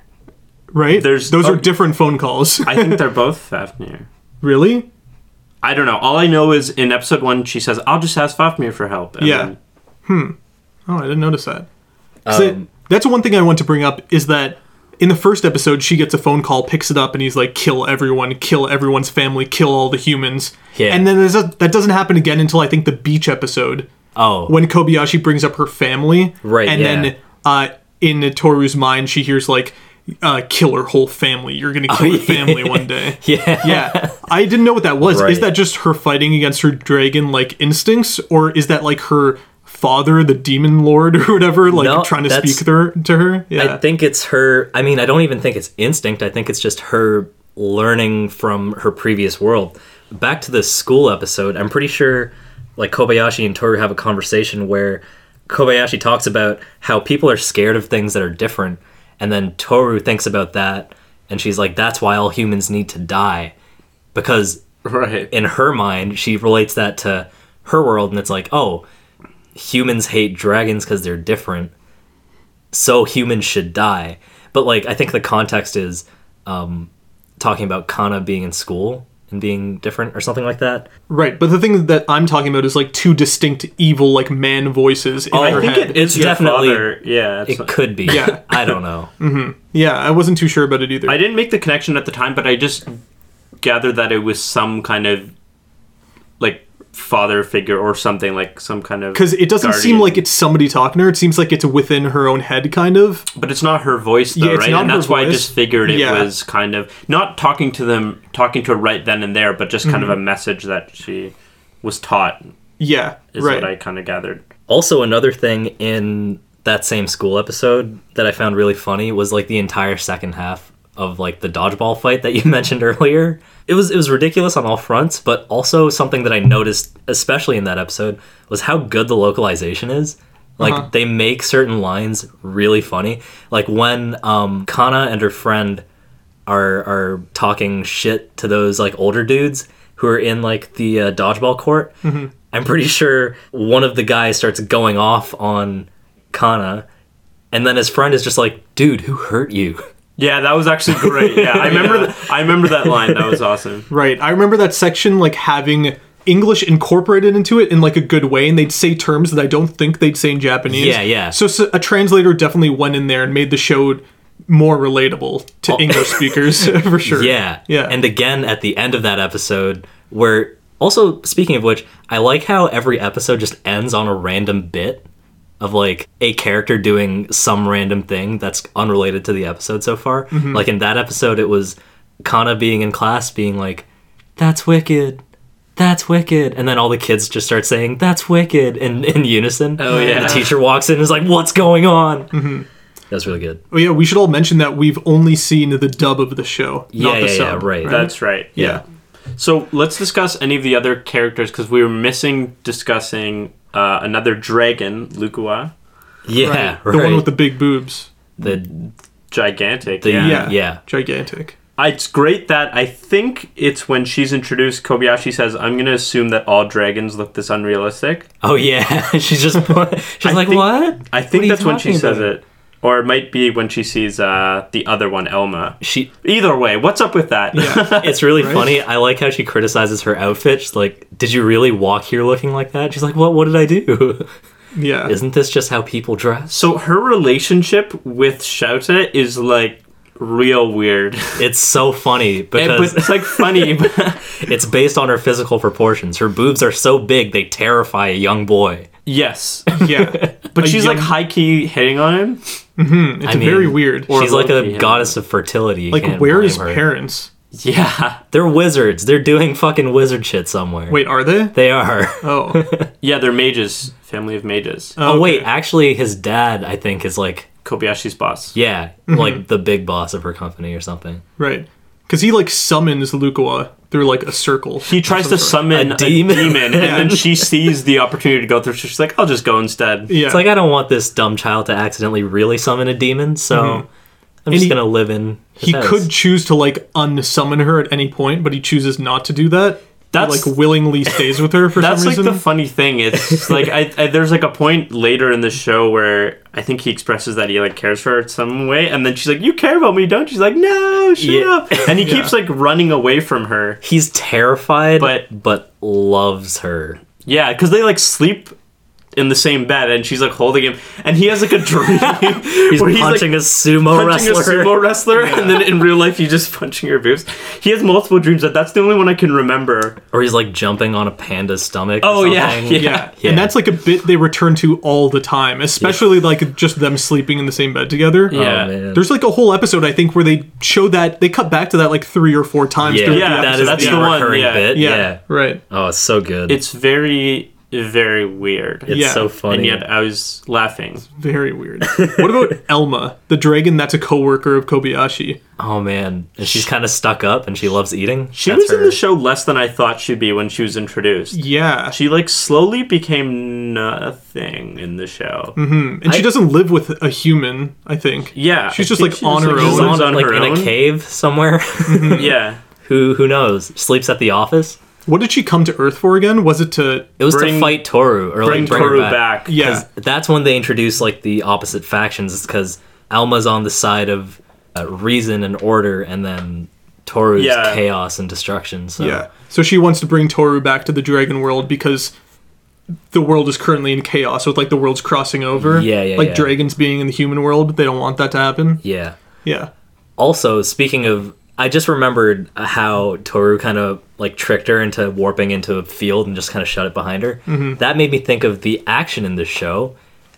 Speaker 4: right?
Speaker 2: There's-
Speaker 4: those
Speaker 2: oh.
Speaker 4: are different phone calls.
Speaker 2: I think they're both Fafnir.
Speaker 4: really?
Speaker 2: I don't know. All I know is in episode one she says, "I'll just ask Fafnir for help." And
Speaker 4: Yeah.
Speaker 2: then-
Speaker 4: Oh, I didn't notice that. 'Cause it- that's one thing I want to bring up is that in the first episode she gets a phone call, picks it up, and he's like, "Kill everyone, kill everyone's family, kill all the humans."
Speaker 3: Yeah.
Speaker 4: And then there's a, that doesn't happen again until I think the beach episode.
Speaker 3: oh,
Speaker 4: when Kobayashi brings up her family,
Speaker 3: Right,
Speaker 4: And
Speaker 3: yeah.
Speaker 4: then uh, in Toru's mind, she hears like, uh, "Kill her whole family. You're gonna kill her family one day."
Speaker 3: Oh, yeah.
Speaker 4: yeah. I didn't know what that was.
Speaker 3: Right.
Speaker 4: Is that just her fighting against her dragon like instincts, or is that like her father, the demon lord or whatever, like
Speaker 3: No,
Speaker 4: trying to
Speaker 3: that's-
Speaker 4: speak to her? To her? Yeah.
Speaker 3: I think it's her. I mean, I don't even think it's instinct. I think it's just her learning from her previous world. Back to the school episode, I'm pretty sure like Kobayashi and Toru have a conversation where Kobayashi talks about how people are scared of things that are different, and then Toru thinks about that, and she's like, "That's why all humans need to die," because
Speaker 2: Right.
Speaker 3: in her mind, she relates that to her world, and it's like, oh, humans hate dragons because they're different, so humans should die. But like, I think the context is um, talking about Kana being in school and being different or something like that.
Speaker 4: right. But the thing that I'm talking about is like two distinct evil like man voices
Speaker 3: Oh,
Speaker 4: in her
Speaker 2: I think
Speaker 4: head.
Speaker 2: it, it's
Speaker 3: It's definitely-
Speaker 2: definitely. yeah. it's-
Speaker 3: It could be.
Speaker 4: Yeah.
Speaker 3: I don't know.
Speaker 4: yeah, I wasn't too sure about it either.
Speaker 2: I didn't make the connection at the time, but I just gathered that it was some kind of like father figure or something like some kind of
Speaker 4: because it doesn't
Speaker 2: guardian.
Speaker 4: seem like it's somebody talking to her. It seems like it's within her own head, kind of.
Speaker 2: but it's not her voice though
Speaker 4: Yeah, it's
Speaker 2: right
Speaker 4: not
Speaker 2: and
Speaker 4: her
Speaker 2: that's why i
Speaker 4: voice.
Speaker 2: just figured it
Speaker 4: Yeah.
Speaker 2: was kind of not talking to them talking to her right then and there but just kind
Speaker 4: Mm-hmm.
Speaker 2: of a message that she was taught
Speaker 4: Yeah,
Speaker 2: is
Speaker 4: right.
Speaker 2: what i kind of gathered
Speaker 3: Also, another thing in that same school episode that I found really funny was like the entire second half of like the dodgeball fight that you mentioned earlier. It was it was ridiculous on all fronts, but also something that I noticed especially in that episode was how good the localization is. Like they make certain lines really funny. Like when um Kana and her friend are are talking shit to those like older dudes who are in like the uh, dodgeball court. I'm pretty sure one of the guys starts going off on Kana, and then his friend is just like, "Dude, who hurt you?"
Speaker 2: yeah that was actually great yeah i remember th- i remember that line that was awesome
Speaker 4: Right. I remember that section like having English incorporated into it in like a good way, and they'd say terms that I don't think they'd say in Japanese.
Speaker 3: Yeah, yeah.
Speaker 4: So, so a translator definitely went in there and made the show more relatable to English speakers for sure.
Speaker 3: Oh. Yeah,
Speaker 4: Yeah.
Speaker 3: And again at the end of that episode, where also speaking of which, I like how every episode just ends on a random bit of like a character doing some random thing that's unrelated to the episode so far.
Speaker 4: Mm-hmm.
Speaker 3: Like in that episode, it was Kana being in class being like, "That's wicked." That's wicked. And then all the kids just start saying, That's wicked in, in unison. Oh
Speaker 2: yeah.
Speaker 3: And the teacher walks in and is like, What's going on? Mm-hmm. That's really good.
Speaker 4: Oh yeah. We should all mention that we've only seen the dub of the show,
Speaker 3: Yeah,
Speaker 4: not the
Speaker 3: yeah, yeah,
Speaker 4: sub.
Speaker 3: right.
Speaker 2: that's right
Speaker 4: yeah.
Speaker 2: So let's discuss any of the other characters because we were missing discussing uh, another dragon, Lukua,
Speaker 3: Yeah, right.
Speaker 4: The one with the big boobs.
Speaker 3: the,
Speaker 2: gigantic.
Speaker 3: the
Speaker 2: yeah.
Speaker 4: Yeah.
Speaker 3: yeah.
Speaker 4: Gigantic.
Speaker 2: it's great that I think it's when she's introduced. Kobayashi says, "I'm going to assume that all dragons look this unrealistic."
Speaker 3: Oh yeah, she's just she's
Speaker 2: I
Speaker 3: like
Speaker 2: think-
Speaker 3: what?
Speaker 2: I
Speaker 3: What
Speaker 2: think
Speaker 3: are you
Speaker 2: that's when she
Speaker 3: talking
Speaker 2: says
Speaker 3: about?"
Speaker 2: it. Or it might be when she sees uh, the other one, Elma.
Speaker 3: She
Speaker 2: Either way, what's up with that?
Speaker 3: it's really funny. I like how she criticizes her outfit. She's like, "Did you really walk here looking like that?" She's like, "What? What did I do?
Speaker 4: Yeah.
Speaker 3: Isn't this just how people dress?"
Speaker 2: so her relationship with Shouta is like real weird.
Speaker 3: It's so funny
Speaker 2: And-
Speaker 3: because
Speaker 2: but it's like funny. but-
Speaker 3: it's based on her physical proportions. Her boobs are so big they terrify a young boy.
Speaker 2: yes.
Speaker 4: yeah.
Speaker 2: But
Speaker 4: A
Speaker 2: she's like
Speaker 4: young-
Speaker 2: high key hitting on him.
Speaker 4: it's
Speaker 3: I mean,
Speaker 4: very weird.
Speaker 2: Or
Speaker 3: She's like a
Speaker 2: low-key, yeah.
Speaker 3: goddess of fertility. You
Speaker 4: like,
Speaker 3: can't
Speaker 4: where
Speaker 3: blame
Speaker 4: is
Speaker 3: her.
Speaker 4: parents?
Speaker 2: Yeah.
Speaker 3: They're wizards. They're doing fucking wizard shit somewhere.
Speaker 4: Wait, are they?
Speaker 3: They are.
Speaker 4: Oh.
Speaker 2: Yeah, they're mages. Family of mages.
Speaker 3: Oh, wait,
Speaker 4: okay.
Speaker 3: actually, his dad, I think, is like,
Speaker 2: Kobayashi's boss.
Speaker 3: yeah,
Speaker 2: Mm-hmm.
Speaker 3: like the big boss of her company or something.
Speaker 4: Right. Because he like summons Lukua through like a circle.
Speaker 2: He tries to summon
Speaker 3: A
Speaker 2: a
Speaker 3: demon.
Speaker 2: demon, and then she sees the opportunity to go through. so She's like, "I'll just go instead."
Speaker 4: Yeah.
Speaker 3: It's like, I don't want this dumb child to accidentally really summon a demon, so
Speaker 2: Mm-hmm.
Speaker 3: I'm just
Speaker 4: he-
Speaker 3: going to live in. his
Speaker 4: he
Speaker 3: house.
Speaker 4: could choose to like unsummon her at any point, but he chooses not to do that.
Speaker 2: That's-
Speaker 4: He, like willingly stays with her for
Speaker 2: That's
Speaker 4: some
Speaker 2: like
Speaker 4: reason.
Speaker 2: the funny thing. It's like I, I there's like a point later in the show where I think he expresses that he like cares for her in some way, and then she's like, "You care about me, don't?" you?" She's like, "No, shut
Speaker 3: Yeah.
Speaker 2: up!" And he keeps like running away from her.
Speaker 3: He's terrified,
Speaker 2: But-
Speaker 3: but loves her.
Speaker 2: Yeah, because they like sleep in the same bed, and she's like holding him, and he has like a dream
Speaker 3: He's
Speaker 2: where
Speaker 3: punching a sumo
Speaker 2: punching
Speaker 3: wrestler.
Speaker 2: a sumo wrestler, and then in real life he's just punching her boobs. He has multiple dreams. That that's the only one I can remember.
Speaker 3: Or he's like jumping on a panda's stomach. or
Speaker 2: Oh, yeah,
Speaker 3: something.
Speaker 2: yeah.
Speaker 4: yeah.
Speaker 3: Yeah.
Speaker 4: And that's like a bit they return to all the time, especially like just them sleeping in the same bed together.
Speaker 2: Yeah.
Speaker 3: Oh, man.
Speaker 4: There's like a whole episode I think where they show that they cut back to that like three or four times.
Speaker 3: yeah,
Speaker 4: throughout
Speaker 2: Yeah,
Speaker 3: that
Speaker 2: so
Speaker 3: is
Speaker 2: that's
Speaker 3: the,
Speaker 2: the one,
Speaker 3: recurring
Speaker 2: yeah.
Speaker 3: bit.
Speaker 4: Yeah,
Speaker 3: Yeah.
Speaker 4: right.
Speaker 3: Oh, it's so good.
Speaker 2: It's very very weird.
Speaker 3: It's
Speaker 4: yeah.
Speaker 3: so
Speaker 4: And
Speaker 3: funny.
Speaker 2: And yet I was laughing.
Speaker 4: Very weird. what about Elma, the dragon that's a coworker of Kobayashi?
Speaker 3: Oh man, and she's kind of stuck up, and she loves eating.
Speaker 2: She was in the show less than I thought she'd be when she was introduced.
Speaker 4: Yeah,
Speaker 2: She like slowly became nothing in the show.
Speaker 4: and she
Speaker 3: I-
Speaker 4: doesn't live with a human. I think.
Speaker 2: Yeah,
Speaker 4: She's
Speaker 2: I
Speaker 4: just,
Speaker 2: think
Speaker 4: like,
Speaker 2: she
Speaker 4: on her
Speaker 2: just
Speaker 4: own.
Speaker 2: lives on
Speaker 3: like
Speaker 2: her
Speaker 3: in
Speaker 2: own.
Speaker 3: a cave somewhere.
Speaker 2: Yeah,
Speaker 3: who who knows? Sleeps at the office.
Speaker 4: What did she come to Earth for again? Was it to?
Speaker 3: It was to
Speaker 2: Bring-
Speaker 3: fight Toru or
Speaker 2: bring
Speaker 3: like bring her
Speaker 2: Toru
Speaker 3: back.
Speaker 2: back.
Speaker 4: Yeah.
Speaker 3: 'Cause That's when they introduce like the opposite factions. because Alma's on the side of uh, reason and order, and then Toru's
Speaker 2: Yeah.
Speaker 3: chaos and destruction. So
Speaker 4: Yeah. So she wants to bring Toru back to the Dragon World because the world is currently in chaos with like the worlds crossing over.
Speaker 3: Yeah, yeah,
Speaker 4: Like
Speaker 3: yeah.
Speaker 4: dragons being in the human world, they don't want that to happen.
Speaker 3: yeah.
Speaker 4: Yeah.
Speaker 3: Also, speaking of, I just remembered how Toru kind of like tricked her into warping into a field and just kind of shut it behind her.
Speaker 2: Mm-hmm.
Speaker 3: That made me think of the action in this show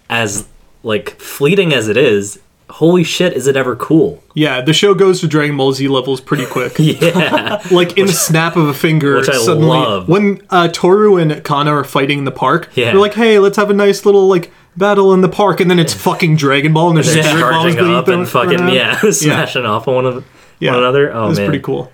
Speaker 3: as like fleeting as it is. Holy shit, is it ever cool?
Speaker 4: Yeah. The show goes to Dragon Ball Z levels pretty quick.
Speaker 3: Yeah.
Speaker 4: like in the snap of a finger.
Speaker 3: Which I
Speaker 4: suddenly,
Speaker 3: love.
Speaker 4: When uh, Toru and Kana are fighting in the park,
Speaker 3: Yeah.
Speaker 4: they're like, "Hey, let's have a nice little like battle in the park," and then it's fucking Dragon Ball and there's
Speaker 3: They're
Speaker 4: spirit bombs
Speaker 3: charging
Speaker 4: being
Speaker 3: up and
Speaker 4: thrown
Speaker 3: fucking
Speaker 4: around.
Speaker 3: yeah, smashing off on one of
Speaker 4: Yeah.
Speaker 3: one another. Oh
Speaker 4: That's
Speaker 3: man.
Speaker 4: pretty cool.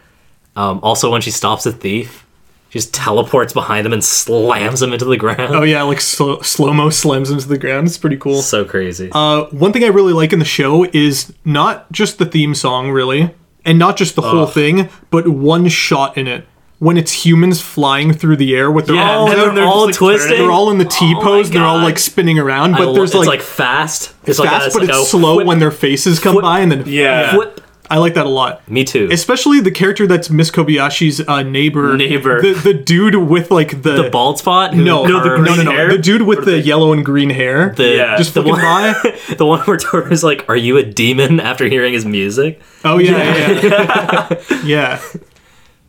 Speaker 3: Um, also, when she stops a thief, she just teleports behind him and slams him into the ground.
Speaker 4: Oh yeah, like slow mo slams into the ground. It's pretty cool.
Speaker 3: So crazy.
Speaker 4: Uh, one thing I really like in the show is not just the theme song, really, and not just the whole thing, but one shot in it when it's humans flying through the air with their
Speaker 2: Yeah,
Speaker 4: arms
Speaker 2: and
Speaker 4: out.
Speaker 2: then they're
Speaker 3: all
Speaker 2: just, like,
Speaker 3: twisted.
Speaker 2: turning-
Speaker 4: They're all in the T
Speaker 3: my
Speaker 4: pose. They're all
Speaker 3: God.
Speaker 4: like spinning around,
Speaker 3: I
Speaker 4: but
Speaker 3: lo-
Speaker 4: there's
Speaker 3: it's
Speaker 4: like,
Speaker 3: like fast. It's like a,
Speaker 4: fast,
Speaker 3: it's
Speaker 4: but
Speaker 3: like a
Speaker 4: it's slow
Speaker 3: whip,
Speaker 4: when their faces come by, and then
Speaker 2: Yeah.
Speaker 3: whip.
Speaker 4: I like that a lot.
Speaker 3: Me too.
Speaker 4: Especially the character that's Miss Kobayashi's uh, neighbor,
Speaker 2: Neighbor.
Speaker 4: the, the dude with like the,
Speaker 3: the bald spot. who
Speaker 4: No,
Speaker 2: the
Speaker 3: carves-
Speaker 4: no, no,
Speaker 2: green
Speaker 4: no,
Speaker 2: hair?
Speaker 4: the dude with the yellow and green hair.
Speaker 3: The, uh,
Speaker 2: Yeah.
Speaker 4: just
Speaker 3: the
Speaker 4: looking
Speaker 3: one,
Speaker 4: by.
Speaker 3: the one where Toru's like, "Are you a demon?" After hearing his music,
Speaker 4: Oh yeah, yeah, yeah. yeah.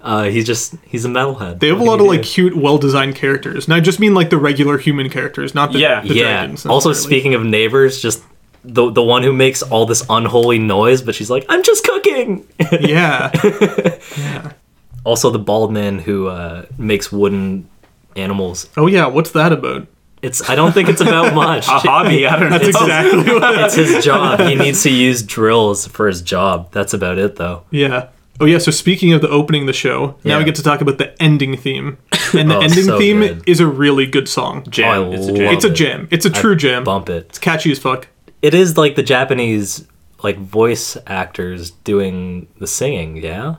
Speaker 3: uh, he's just he's a metalhead.
Speaker 4: They have a lot of like cute, well-designed characters, and I just mean like the regular human characters, not the,
Speaker 2: Yeah.
Speaker 4: the
Speaker 3: yeah.
Speaker 4: dragons.
Speaker 3: also,
Speaker 4: necessarily.
Speaker 3: speaking of neighbors, just the the one who makes all this unholy noise, but she's like, "I'm just cooking."
Speaker 4: yeah,
Speaker 3: also, the bald man who uh, makes wooden animals.
Speaker 4: oh yeah, what's that about?
Speaker 3: It's I don't think it's about much.
Speaker 2: a hobby. I don't know.
Speaker 4: That's exactly what.
Speaker 3: it's his job. He needs to use drills for his job. That's about it, though.
Speaker 4: Yeah. Oh yeah. So speaking of the opening of the show, now
Speaker 3: Yeah.
Speaker 4: we get to talk about the ending theme, and the
Speaker 3: Oh,
Speaker 4: ending
Speaker 3: so
Speaker 4: theme
Speaker 3: good.
Speaker 4: is a really good song.
Speaker 2: jam.
Speaker 3: Oh, I
Speaker 2: it's a jam.
Speaker 3: love
Speaker 4: It's a
Speaker 3: it.
Speaker 4: jam. It's a true jam.
Speaker 3: Bump it.
Speaker 4: It's catchy as fuck.
Speaker 3: it is like the Japanese like voice actors doing the singing, yeah?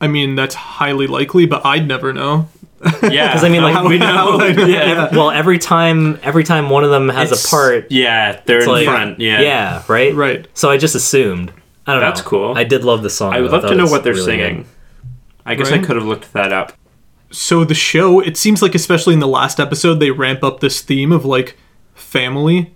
Speaker 4: I mean, that's highly likely, but I'd never know.
Speaker 2: Yeah,
Speaker 3: Because I mean, like we know.
Speaker 2: yeah,
Speaker 3: Well, every time, every time one of them has
Speaker 2: It's-
Speaker 3: a part,
Speaker 2: Yeah, they're in
Speaker 3: it's like-
Speaker 2: front. Yeah,
Speaker 3: yeah, right,
Speaker 4: Right.
Speaker 3: So I just assumed. I don't know.
Speaker 2: That's cool.
Speaker 3: I did love the song.
Speaker 2: I would
Speaker 3: though.
Speaker 2: love
Speaker 3: thought
Speaker 2: to know
Speaker 3: it's
Speaker 2: what they're
Speaker 3: really
Speaker 2: singing.
Speaker 3: good.
Speaker 2: I guess I
Speaker 4: Right.
Speaker 2: could have looked that up.
Speaker 4: so the show it seems like especially in the last episode they ramp up this theme of like family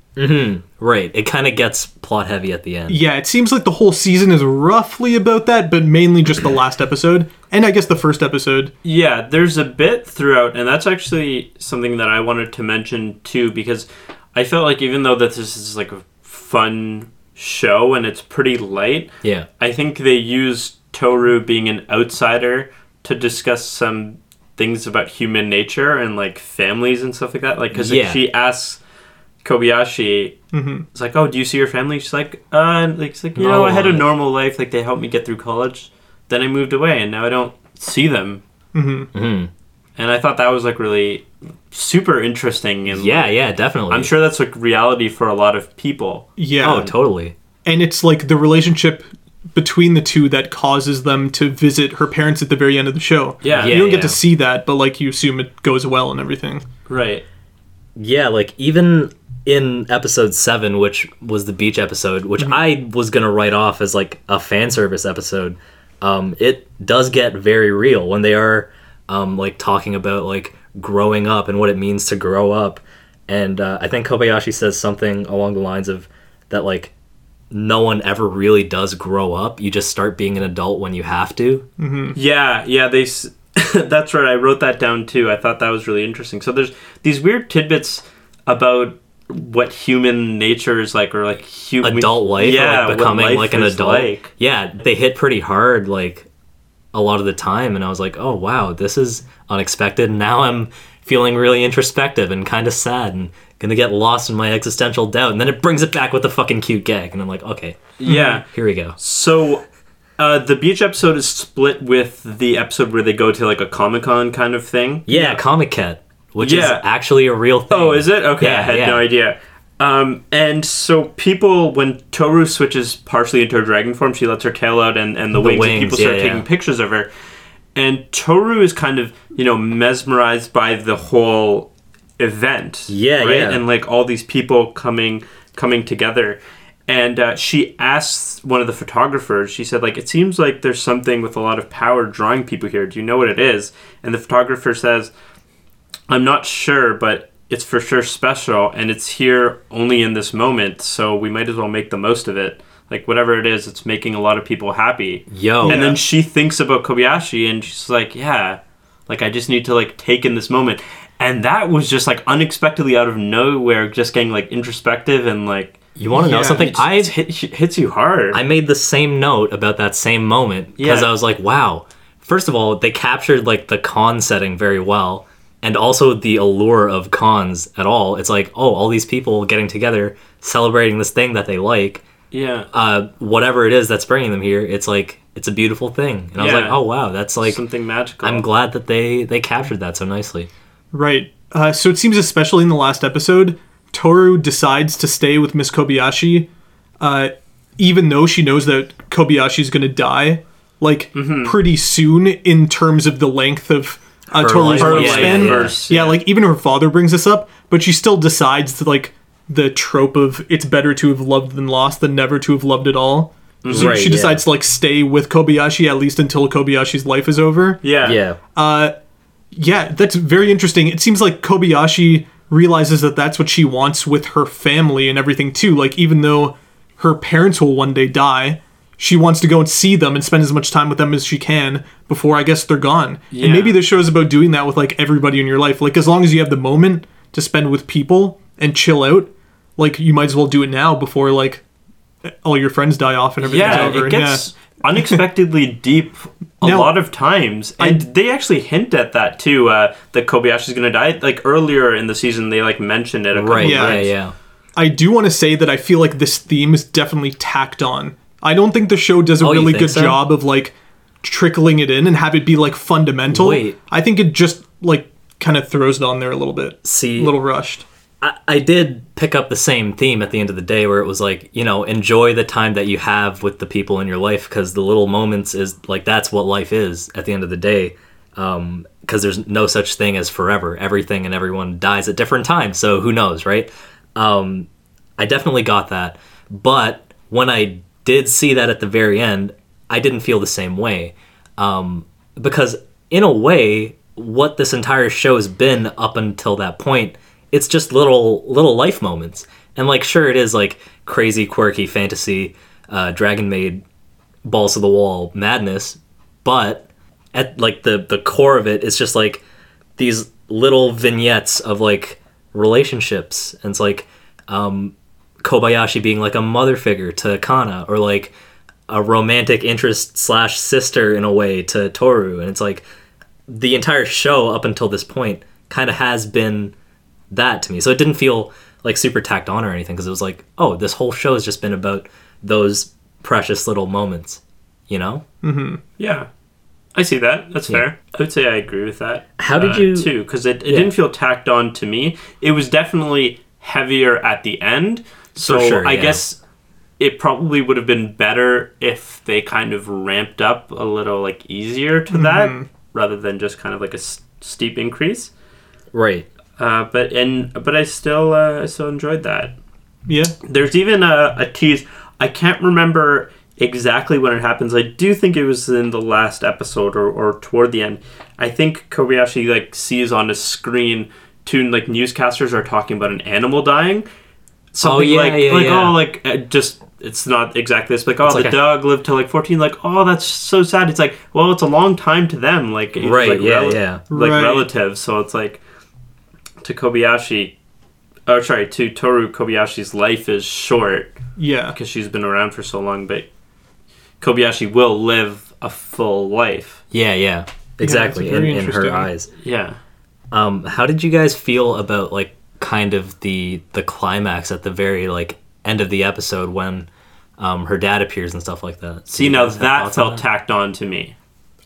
Speaker 3: Right. It kind of gets plot heavy at the end.
Speaker 4: yeah it seems like the whole season is roughly about that but mainly just the last episode and i guess the first episode
Speaker 2: Yeah, there's a bit throughout, and that's actually something that I wanted to mention too, because I felt like even though that this is like a fun show and it's pretty light,
Speaker 3: Yeah.
Speaker 2: I think they use Toru being an outsider to discuss some things about human nature and like families and stuff like that. Like, because
Speaker 3: Yeah.
Speaker 2: she asks Kobayashi, it's like, "Oh, do you see your family?" She's like, "Uh," and like, it's like, you know, I had a
Speaker 3: No.
Speaker 2: normal life. Like, they helped me get through college. Then I moved away, and now I don't see them.
Speaker 3: Mhm.
Speaker 2: And I thought that was like really super interesting, and
Speaker 3: Yeah. Yeah. Definitely.
Speaker 2: I'm sure that's like reality for a lot of people.
Speaker 4: yeah
Speaker 3: Oh, totally.
Speaker 4: and it's like the relationship between the two that causes them to visit her parents at the very end of the show
Speaker 2: Yeah.
Speaker 4: you don't
Speaker 3: Yeah,
Speaker 4: get to
Speaker 3: yeah.
Speaker 4: see that but like you assume it goes well and everything
Speaker 2: Right.
Speaker 3: Yeah. Like even in episode seven, which was the beach episode, which I was gonna write off as like a fan service episode, um, it does get very real when they are um, like talking about like growing up and what it means to grow up, and uh, I think Kobayashi says something along the lines of that like no one ever really does grow up. You just start being an adult when you have to.
Speaker 2: Yeah, yeah, they. s- that's right. I wrote that down too. I thought that was really interesting. So there's these weird tidbits about what human nature is like, or like human
Speaker 3: adult life,
Speaker 2: Yeah,
Speaker 3: or like
Speaker 2: what
Speaker 3: becoming
Speaker 2: life
Speaker 3: like an
Speaker 2: is
Speaker 3: adult.
Speaker 2: like.
Speaker 3: Yeah, they hit pretty hard like a lot of the time, and I was like, oh wow, this is unexpected. Now I'm feeling really introspective and kind of sad and gonna get lost in my existential doubt. And then it brings it back with a fucking cute gag, and I'm like, okay,
Speaker 2: Yeah.
Speaker 3: here we go.
Speaker 2: So uh, the beach episode is split with the episode where they go to like a comic con kind of thing.
Speaker 3: Yeah, Comic Cat, which
Speaker 2: Yeah.
Speaker 3: is actually a real thing.
Speaker 2: Oh, is it? Okay, I
Speaker 3: Yeah,
Speaker 2: had
Speaker 3: yeah.
Speaker 2: no idea. Um, and so people, when Toru switches partially into her dragon form, she lets her tail out and, and the, wings,
Speaker 3: wings,
Speaker 2: and people start
Speaker 3: yeah,
Speaker 2: taking
Speaker 3: yeah.
Speaker 2: pictures of her. And Toru is kind of, you know, mesmerized by the whole event.
Speaker 3: Yeah,
Speaker 2: right?
Speaker 3: yeah.
Speaker 2: And like all these people coming coming together. And uh, she asked one of the photographers, she said, like, it seems like there's something with a lot of power drawing people here. Do you know what it is? And the photographer says, I'm not sure, but it's for sure special, and it's here only in this moment, so we might as well make the most of it. Like whatever it is, it's making a lot of people happy.
Speaker 3: Yo.
Speaker 2: And then she thinks about Kobayashi, and she's like, "Yeah, like I just need to like take in this moment." And that was just like unexpectedly out of nowhere, just getting like introspective and like
Speaker 3: You want to know
Speaker 4: Yeah,
Speaker 3: something?
Speaker 2: it
Speaker 3: I
Speaker 2: just hit, hits you hard.
Speaker 3: I made the same note about that same moment because
Speaker 2: Yeah.
Speaker 3: I was like, wow. First of all, they captured like the con setting very well and also the allure of cons at all. It's like, oh, all these people getting together celebrating this thing that they like,
Speaker 2: yeah,
Speaker 3: uh, whatever it is that's bringing them here. It's like it's a beautiful thing. And I was
Speaker 2: Yeah.
Speaker 3: like, oh wow, that's like
Speaker 2: something magical.
Speaker 3: I'm glad that they they captured that so nicely.
Speaker 4: Right. Uh, so it seems, especially in the last episode, Toru decides to stay with Miss Kobayashi, uh, even though she knows that Kobayashi's going to die, like
Speaker 3: Mm-hmm.
Speaker 4: pretty soon in terms of the length of uh,
Speaker 3: Her
Speaker 4: Toru's
Speaker 3: life, yeah,
Speaker 4: lifespan.
Speaker 3: yeah,
Speaker 4: Yeah,
Speaker 3: yeah.
Speaker 4: like even her father brings this up, but she still decides to like the trope of it's better to have loved than lost than never to have loved at all. So
Speaker 3: Right,
Speaker 4: she
Speaker 3: yeah.
Speaker 4: decides to like stay with Kobayashi at least until Kobayashi's life is over.
Speaker 2: yeah,
Speaker 3: Yeah.
Speaker 4: Yeah, that's very interesting. It seems like Kobayashi realizes that that's what she wants with her family and everything too. Like even though her parents will one day die, she wants to go and see them and spend as much time with them as she can before I guess they're gone.
Speaker 2: Yeah.
Speaker 4: And maybe this show is about doing that with like everybody in your life. Like as long as you have the moment to spend with people and chill out, like you might as well do it now before like all your friends die off and everything's
Speaker 2: yeah,
Speaker 4: over.
Speaker 2: it gets unexpectedly deep a
Speaker 4: Now-
Speaker 2: lot of times, and they actually hint at that too. Uh, that Kobayashi's gonna die. Like earlier in the season, they like mentioned it. A couple
Speaker 3: Right.
Speaker 4: yeah.
Speaker 3: Yeah. Yeah.
Speaker 2: times.
Speaker 4: I do want to say that I feel like this theme is definitely tacked on. I don't think the show does a
Speaker 3: Oh, you
Speaker 4: really
Speaker 3: think
Speaker 4: good
Speaker 3: so?
Speaker 4: job of like trickling it in and have it be like fundamental.
Speaker 3: Wait.
Speaker 4: I think it just like kind of throws it on there a little bit.
Speaker 3: See-
Speaker 4: a little rushed.
Speaker 3: I, I did pick up the same theme at the end of the day where it was like you know enjoy the time that you have with the people in your life because the little moments is like that's what life is at the end of the day because there's no such thing as forever. Everything and everyone dies at different times, so who knows, right? Um, I definitely got that, but when I did see that at the very end, I didn't feel the same way, um, because in a way, what this entire show has been up until that point, it's just little little life moments, and like sure it is like crazy, quirky fantasy, uh, Dragon Maid, balls to the wall madness, but at like the the core of it is just like these little vignettes of like relationships and it's like um kobayashi being like a mother figure to kana or like a romantic interest slash sister in a way to toru and it's like the entire show up until this point kind of has been that to me so it didn't feel like super tacked on or anything because it was like oh this whole show has just been about those precious little moments you know
Speaker 2: Yeah. I see that. That's fair. I would say I agree with that. uh,
Speaker 3: How did you-
Speaker 2: too? Because it, it didn't feel tacked on to me. It was definitely heavier at the end. So
Speaker 3: sure,
Speaker 2: I
Speaker 3: yeah.
Speaker 2: guess it probably would have been better if they kind of ramped up a little like easier to
Speaker 3: Mm-hmm.
Speaker 2: that rather than just kind of like a s- steep increase.
Speaker 3: right
Speaker 2: Uh, but and but I still uh, I still enjoyed that.
Speaker 4: Yeah.
Speaker 2: There's even a, a tease. I can't remember exactly when it happens. I do think it was in the last episode or, or toward the end. I think Kobayashi like sees on a screen two like newscasters are talking about an animal dying. Something
Speaker 3: yeah,
Speaker 2: like
Speaker 3: yeah,
Speaker 2: like
Speaker 3: yeah.
Speaker 2: oh like uh, just it's not exactly this but like oh
Speaker 3: like
Speaker 2: the
Speaker 3: a-
Speaker 2: dog lived till like 14 like oh that's so sad it's like well it's a long time to them like it was,
Speaker 3: Right,
Speaker 2: like,
Speaker 3: yeah, yeah.
Speaker 2: like
Speaker 4: Right.
Speaker 2: relatives so it's like to Kobayashi oh sorry to Toru Kobayashi's life is short
Speaker 4: Yeah.
Speaker 2: because she's been around for so long, but Kobayashi will live a full life.
Speaker 3: Yeah, yeah, exactly. in,
Speaker 4: very
Speaker 3: in her
Speaker 4: interesting.
Speaker 3: eyes.
Speaker 2: Yeah.
Speaker 3: Um, how did you guys feel about like kind of the the climax at the very like end of the episode when um, her dad appears and stuff like that?
Speaker 2: See, now that
Speaker 3: thoughts on
Speaker 2: felt tacked on to me.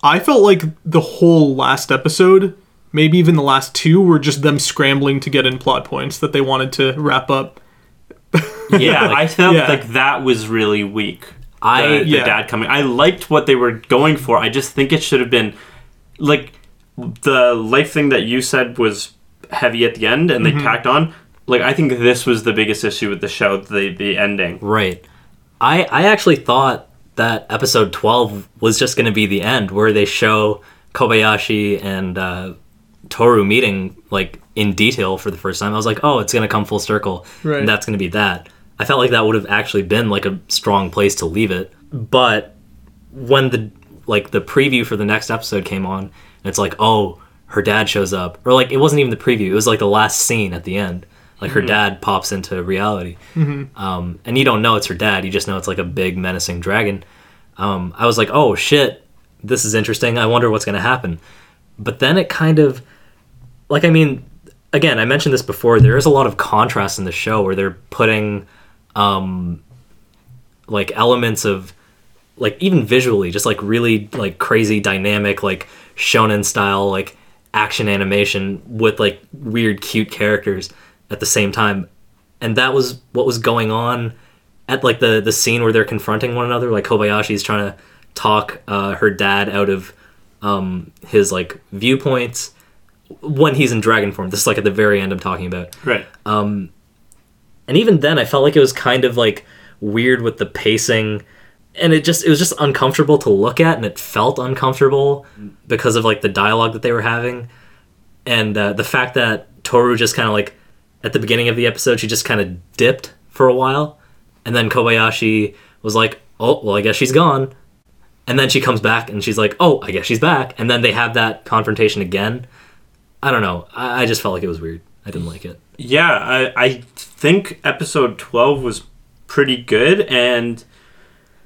Speaker 4: I felt like the whole last episode, maybe even the last two, were just them scrambling to get in plot points that they wanted to wrap up.
Speaker 2: Yeah, I felt
Speaker 4: yeah.
Speaker 2: like that was really weak.
Speaker 3: I-
Speaker 2: the, the
Speaker 4: Yeah.
Speaker 2: dad coming. I liked what they were going for. I just think it should have been like the life thing that you said was heavy at the end, and they tacked on. Like I think this was the biggest issue with the show, the the ending.
Speaker 3: Right. I I actually thought that episode 12 was just going to be the end where they show Kobayashi and uh, Toru meeting like in detail for the first time. I was like, "Oh, it's going to come full circle."
Speaker 4: Right.
Speaker 3: And that's going to be that. I felt like that would have actually been like a strong place to leave it. But when the like the preview for the next episode came on, and it's like, "Oh, her dad shows up." Or like it wasn't even the preview. It was like the last scene at the end. Like her dad pops into reality. Um, and you don't know it's her dad. You just know it's like a big menacing dragon. Um, I was like, oh shit, this is interesting. I wonder what's gonna happen. But then it kind of, like, I mean, again, I mentioned this before. There is a lot of contrast in the show where they're putting, um, like elements of, like even visually, just like really like crazy dynamic, like shonen style, like action animation with like weird cute characters at the same time and that was what was going on at like the the scene where they're confronting one another like kobayashi's trying to talk uh, her dad out of um, his like viewpoints when he's in dragon form this is like at the very end i'm talking about
Speaker 2: Right.
Speaker 3: and even then i felt like it was kind of like weird with the pacing and it just it was just uncomfortable to look at and it felt uncomfortable because of like the dialogue that they were having and uh, the fact that toru just kind of like at the beginning of the episode she just kind of dipped for a while and then kobayashi was like oh well i guess she's gone and then she comes back and she's like oh i guess she's back and then they have that confrontation again i don't know i, I just felt like it was weird i didn't like it
Speaker 2: Yeah, I, I think episode 12 was pretty good, and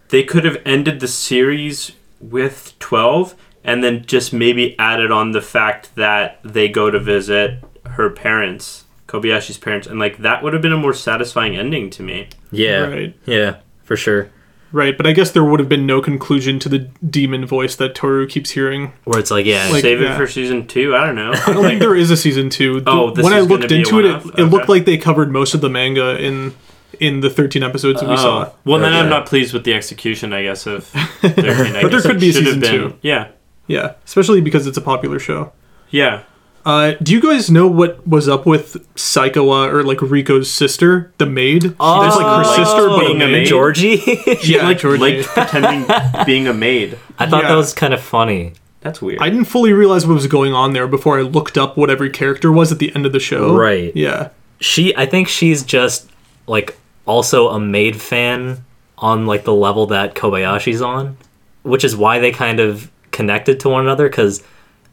Speaker 2: they could have ended the series with 12 and then just maybe added on the fact that they go to visit her parents, Kobayashi's parents, and like that would have been a more satisfying ending to me.
Speaker 3: yeah
Speaker 4: Right.
Speaker 3: Yeah, for sure.
Speaker 4: Right, but I guess there would have been no conclusion to the demon voice that Toru keeps hearing.
Speaker 3: Where it's like, yeah,
Speaker 4: Like-
Speaker 2: Save it
Speaker 4: yeah.
Speaker 2: for season two? I don't know.
Speaker 4: I don't think there is a season two. The-
Speaker 2: Oh, this
Speaker 4: when I
Speaker 2: is gonna
Speaker 4: looked
Speaker 2: be a
Speaker 4: into it, it,
Speaker 2: one-off?
Speaker 4: it looked
Speaker 2: Okay.
Speaker 4: like they covered most of the manga in in the 13 episodes that we saw.
Speaker 2: Oh, well, then
Speaker 3: Okay.
Speaker 2: I'm not pleased with the execution, I guess, of 13. I
Speaker 4: But there
Speaker 2: guess
Speaker 4: could
Speaker 2: it
Speaker 4: be a
Speaker 2: should have
Speaker 4: season two.
Speaker 2: Yeah.
Speaker 4: Yeah, especially because it's a popular show.
Speaker 2: Yeah.
Speaker 4: Uh, do you guys know what was up with Psychoa or like Rico's sister, the maid?
Speaker 3: Oh,
Speaker 4: There's like her
Speaker 2: likes
Speaker 4: sister, but a
Speaker 2: being a
Speaker 4: maid.
Speaker 2: maid.
Speaker 3: Georgie.
Speaker 2: She
Speaker 4: Yeah,
Speaker 2: like
Speaker 4: Georgie.
Speaker 2: liked pretending being a maid.
Speaker 3: I thought
Speaker 4: Yeah.
Speaker 3: that was kind of funny.
Speaker 2: That's weird.
Speaker 4: I didn't fully realize what was going on there before I looked up what every character was at the end of the show.
Speaker 3: Right.
Speaker 4: Yeah.
Speaker 3: She, I think she's just like also a maid fan on like the level that Kobayashi's on, which is why they kind of connected to one another. Because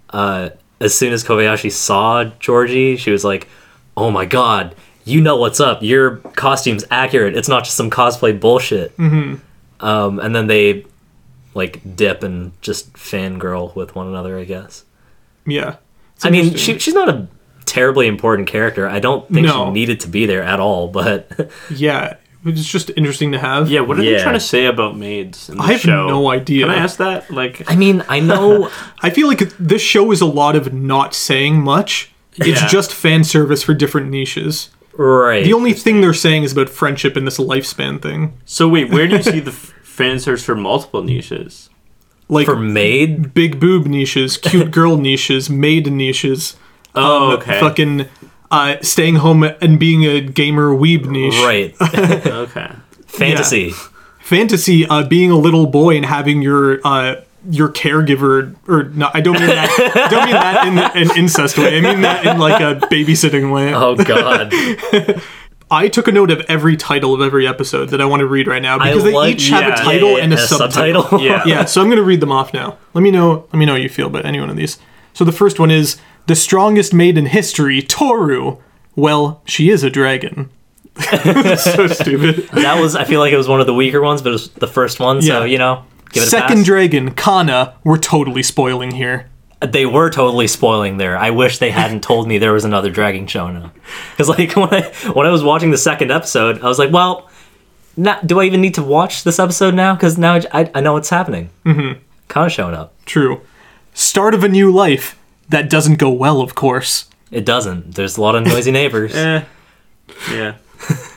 Speaker 3: uh, as soon as Kobayashi saw Georgie, she was like, "Oh my god, you know what's up? Your costume's accurate. It's not just some cosplay bullshit." Mm-hmm. Um, and then they like dip and just fangirl with one another, I guess.
Speaker 4: Yeah. It's
Speaker 3: I mean,
Speaker 4: interesting.
Speaker 3: she she's not a terribly important character. I don't think
Speaker 4: No.
Speaker 3: she needed to be there at all, but
Speaker 4: Yeah. It's just interesting to have.
Speaker 2: yeah, what are they
Speaker 3: Yeah.
Speaker 2: trying to say about maids in the
Speaker 4: I have
Speaker 2: show?
Speaker 4: no idea.
Speaker 2: Can I ask that? Like,
Speaker 3: I mean, I know
Speaker 4: I feel like this show is a lot of not saying much. It's
Speaker 2: Yeah.
Speaker 4: just fan service for different niches.
Speaker 3: right.
Speaker 4: The only thing they're saying is about friendship and this lifespan thing.
Speaker 2: so wait, where do you see the f- fan service for multiple niches?
Speaker 4: Like
Speaker 3: for maid,
Speaker 4: big boob niches, cute girl niches, maid niches.
Speaker 2: Oh,
Speaker 4: um,
Speaker 2: okay.
Speaker 4: Fucking uh, staying home and being a gamer weeb niche.
Speaker 3: right?
Speaker 2: Okay.
Speaker 3: Fantasy.
Speaker 4: Fantasy, uh, being a little boy and having your uh, your caregiver, or no, I don't mean that. don't mean that in an incest way. I mean that in like a babysitting way.
Speaker 3: Oh god.
Speaker 4: I took a note of every title of every episode that I want to read right now because they
Speaker 3: like-
Speaker 4: each have
Speaker 2: yeah,
Speaker 4: a title
Speaker 3: yeah, yeah,
Speaker 4: and a,
Speaker 3: and a
Speaker 4: subtitle.
Speaker 3: subtitle.
Speaker 2: Yeah.
Speaker 4: yeah, so I'm going to read them off now. Let me know. Let me know how you feel about any one of these. So the first one is the strongest maid in history, Toru. Well, she is a dragon. so stupid.
Speaker 3: That was I feel like it was one of the weaker ones, but it was the first one, so
Speaker 4: Yeah.
Speaker 3: you know, give it
Speaker 4: Second
Speaker 3: a
Speaker 4: dragon, Kana. We're totally spoiling here.
Speaker 3: pass. They were totally spoiling there. I wish they hadn't told me there was another dragon showing up. Cuz like when I when I was watching the second episode, I was like, well, not, do I even need to watch this episode now? Because now I, I know what's happening. Mm-hmm. Kind of showing up.
Speaker 4: True. Start of a new life. That doesn't go well, of course.
Speaker 3: It doesn't. There's a lot of noisy neighbors.
Speaker 2: Eh. Yeah.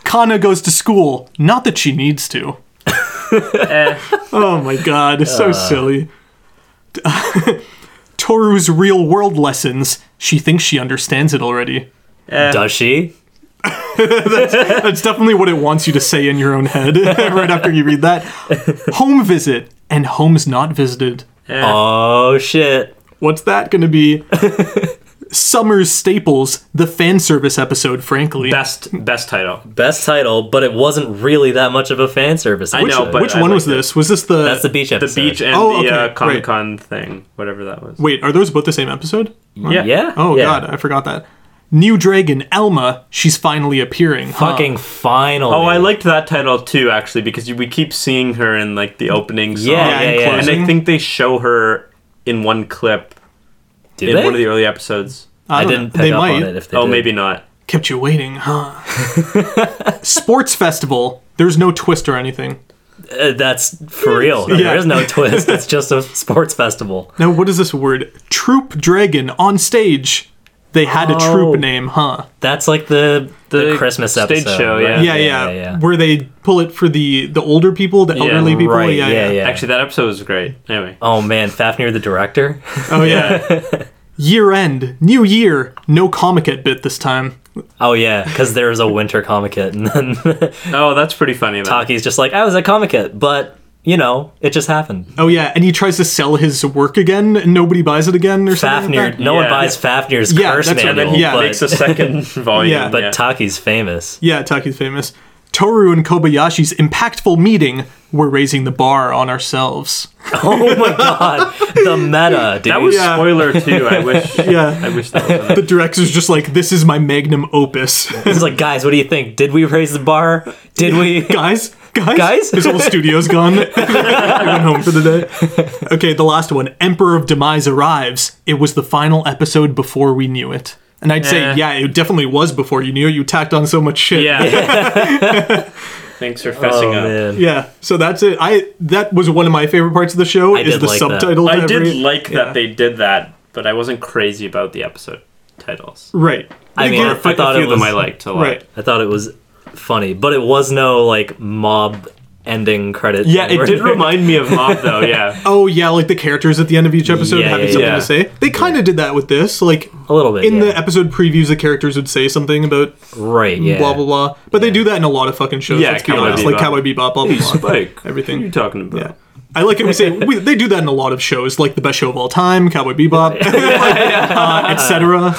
Speaker 4: Kana goes to school. Not that she needs to.
Speaker 2: Eh. Uh.
Speaker 4: Oh my god, so silly. Toru's real world lessons. She thinks she understands it already.
Speaker 3: Does she?
Speaker 4: That's definitely what it wants you to say in your own head right after you read that. Home visit and homes not visited.
Speaker 2: Eh.
Speaker 3: Oh shit.
Speaker 4: What's that going to be? Summer's Staples, the fan service episode, frankly.
Speaker 2: Best best title.
Speaker 3: Best title, but it wasn't really that much of a fan service. I
Speaker 2: know, but-
Speaker 4: Which
Speaker 2: I
Speaker 4: one was
Speaker 2: liked it.
Speaker 4: this? Was this the.
Speaker 3: that's the beach
Speaker 2: The
Speaker 3: episode.
Speaker 2: beach and
Speaker 4: Oh,
Speaker 2: the
Speaker 4: okay,
Speaker 2: uh,
Speaker 4: great.
Speaker 2: Comic Con thing, whatever that was.
Speaker 4: Wait, are those both the same episode?
Speaker 2: Yeah.
Speaker 3: Yeah.
Speaker 4: Oh,
Speaker 3: yeah.
Speaker 4: God, I forgot that. New Dragon, Elma, she's finally appearing. huh?
Speaker 3: Fucking final.
Speaker 2: Oh, I liked that title too, actually, because you- we keep seeing her in like the opening song.
Speaker 3: Yeah, yeah,
Speaker 4: and
Speaker 3: yeah.
Speaker 2: And I think they show her in one clip
Speaker 3: Did
Speaker 2: in
Speaker 3: they?
Speaker 2: one of the early episodes.
Speaker 3: I,
Speaker 4: don't
Speaker 3: didn't
Speaker 4: know.
Speaker 3: pick
Speaker 4: They
Speaker 3: up
Speaker 4: might.
Speaker 3: on it. If they
Speaker 2: Oh,
Speaker 3: did.
Speaker 2: maybe not.
Speaker 4: Kept you waiting, huh? Sports festival. There's no twist or anything.
Speaker 3: Uh, that's for real.
Speaker 4: Yeah.
Speaker 3: There is no twist. It's just a sports festival.
Speaker 4: Now, what is this word? Troop dragon on stage. They had a
Speaker 3: Oh.
Speaker 4: troop name, huh?
Speaker 3: That's like the the,
Speaker 2: The
Speaker 3: Christmas
Speaker 2: stage
Speaker 3: episode,
Speaker 2: show, yeah.
Speaker 3: right?
Speaker 4: Yeah, yeah. Where they pull it for the the older people, the elderly people.
Speaker 3: right,
Speaker 4: yeah,
Speaker 3: yeah,
Speaker 4: yeah,
Speaker 3: yeah.
Speaker 2: Actually, that episode was great. Anyway.
Speaker 3: Oh man, Fafnir the director.
Speaker 4: Oh yeah. year end, new year. No comic at bit this time.
Speaker 3: Oh yeah, because there was a winter comic kit, and then
Speaker 2: Oh, that's pretty funny. though.
Speaker 3: Taki's just like, I was at comic kit, but you know, it just happened.
Speaker 4: Oh yeah, and he tries to sell his work again, and nobody buys it again, or something. like
Speaker 3: Fafnir.
Speaker 4: that.
Speaker 3: No one
Speaker 2: Yeah.
Speaker 3: buys Fafnir's
Speaker 4: Yeah,
Speaker 3: curse
Speaker 4: that's right.
Speaker 3: manual,
Speaker 4: Yeah.
Speaker 3: but,
Speaker 2: makes a second volume.
Speaker 4: Yeah.
Speaker 3: but
Speaker 2: yeah.
Speaker 3: Taki's famous.
Speaker 4: Yeah, Taki's famous. Toru and Kobayashi's impactful meeting. We're raising the bar on ourselves.
Speaker 3: Oh my god, the meta, dude.
Speaker 2: that was
Speaker 4: Yeah.
Speaker 2: spoiler too. I wish.
Speaker 4: Yeah.
Speaker 2: I wish that was. on
Speaker 4: The director's just like, this is my magnum opus.
Speaker 3: It's like, guys, what do you think? Did we raise the bar? Did we?
Speaker 4: guys, guys,
Speaker 3: Guys?
Speaker 4: his whole studio's gone. he went home for the day. Okay, the last one. Emperor of Demise arrives. It was the final episode before we knew it. And I'd say,
Speaker 2: Eh.
Speaker 4: yeah, it definitely was before you knew it. You tacked on so much shit.
Speaker 2: Yeah. Thanks for
Speaker 3: Oh
Speaker 2: fessing up.
Speaker 3: man.
Speaker 4: Yeah, so that's it. I that was one of my favorite parts of the show is
Speaker 3: did
Speaker 4: the
Speaker 3: like that.
Speaker 4: subtitle. to
Speaker 2: I did
Speaker 4: every-
Speaker 2: like
Speaker 4: yeah.
Speaker 2: that they did that, but I wasn't crazy about the episode titles.
Speaker 4: right.
Speaker 3: I mean,
Speaker 4: Yeah,
Speaker 3: I thought
Speaker 2: a few
Speaker 3: it
Speaker 2: of them
Speaker 3: was.
Speaker 2: I liked a lot.
Speaker 4: Right.
Speaker 3: I thought it was funny, but it was no like mob ending credit.
Speaker 2: Yeah,
Speaker 3: thing
Speaker 2: it
Speaker 3: where
Speaker 2: did
Speaker 3: they're-
Speaker 2: remind me of Mob though. Yeah,
Speaker 4: Oh yeah, like the characters at the end of each episode
Speaker 3: Yeah,
Speaker 4: having
Speaker 3: yeah,
Speaker 4: something
Speaker 2: yeah.
Speaker 4: to say. They kind of did that with this, like
Speaker 3: a little bit
Speaker 4: in
Speaker 3: yeah.
Speaker 4: the episode previews, the characters would say something about
Speaker 3: right. Yeah,
Speaker 4: blah blah blah. But they do that in a lot of fucking shows.
Speaker 2: Yeah,
Speaker 4: let's be
Speaker 2: Cowboy
Speaker 4: honest, like
Speaker 2: Bebop.
Speaker 4: Cowboy Bebop, blah blah
Speaker 2: Hey,
Speaker 4: blah.
Speaker 2: Spike,
Speaker 4: Everything.
Speaker 2: What are you talking about?
Speaker 4: Yeah. I like how we say we, they do that in a lot of shows, like The Best Show of All Time, Cowboy Bebop, like, uh, etc.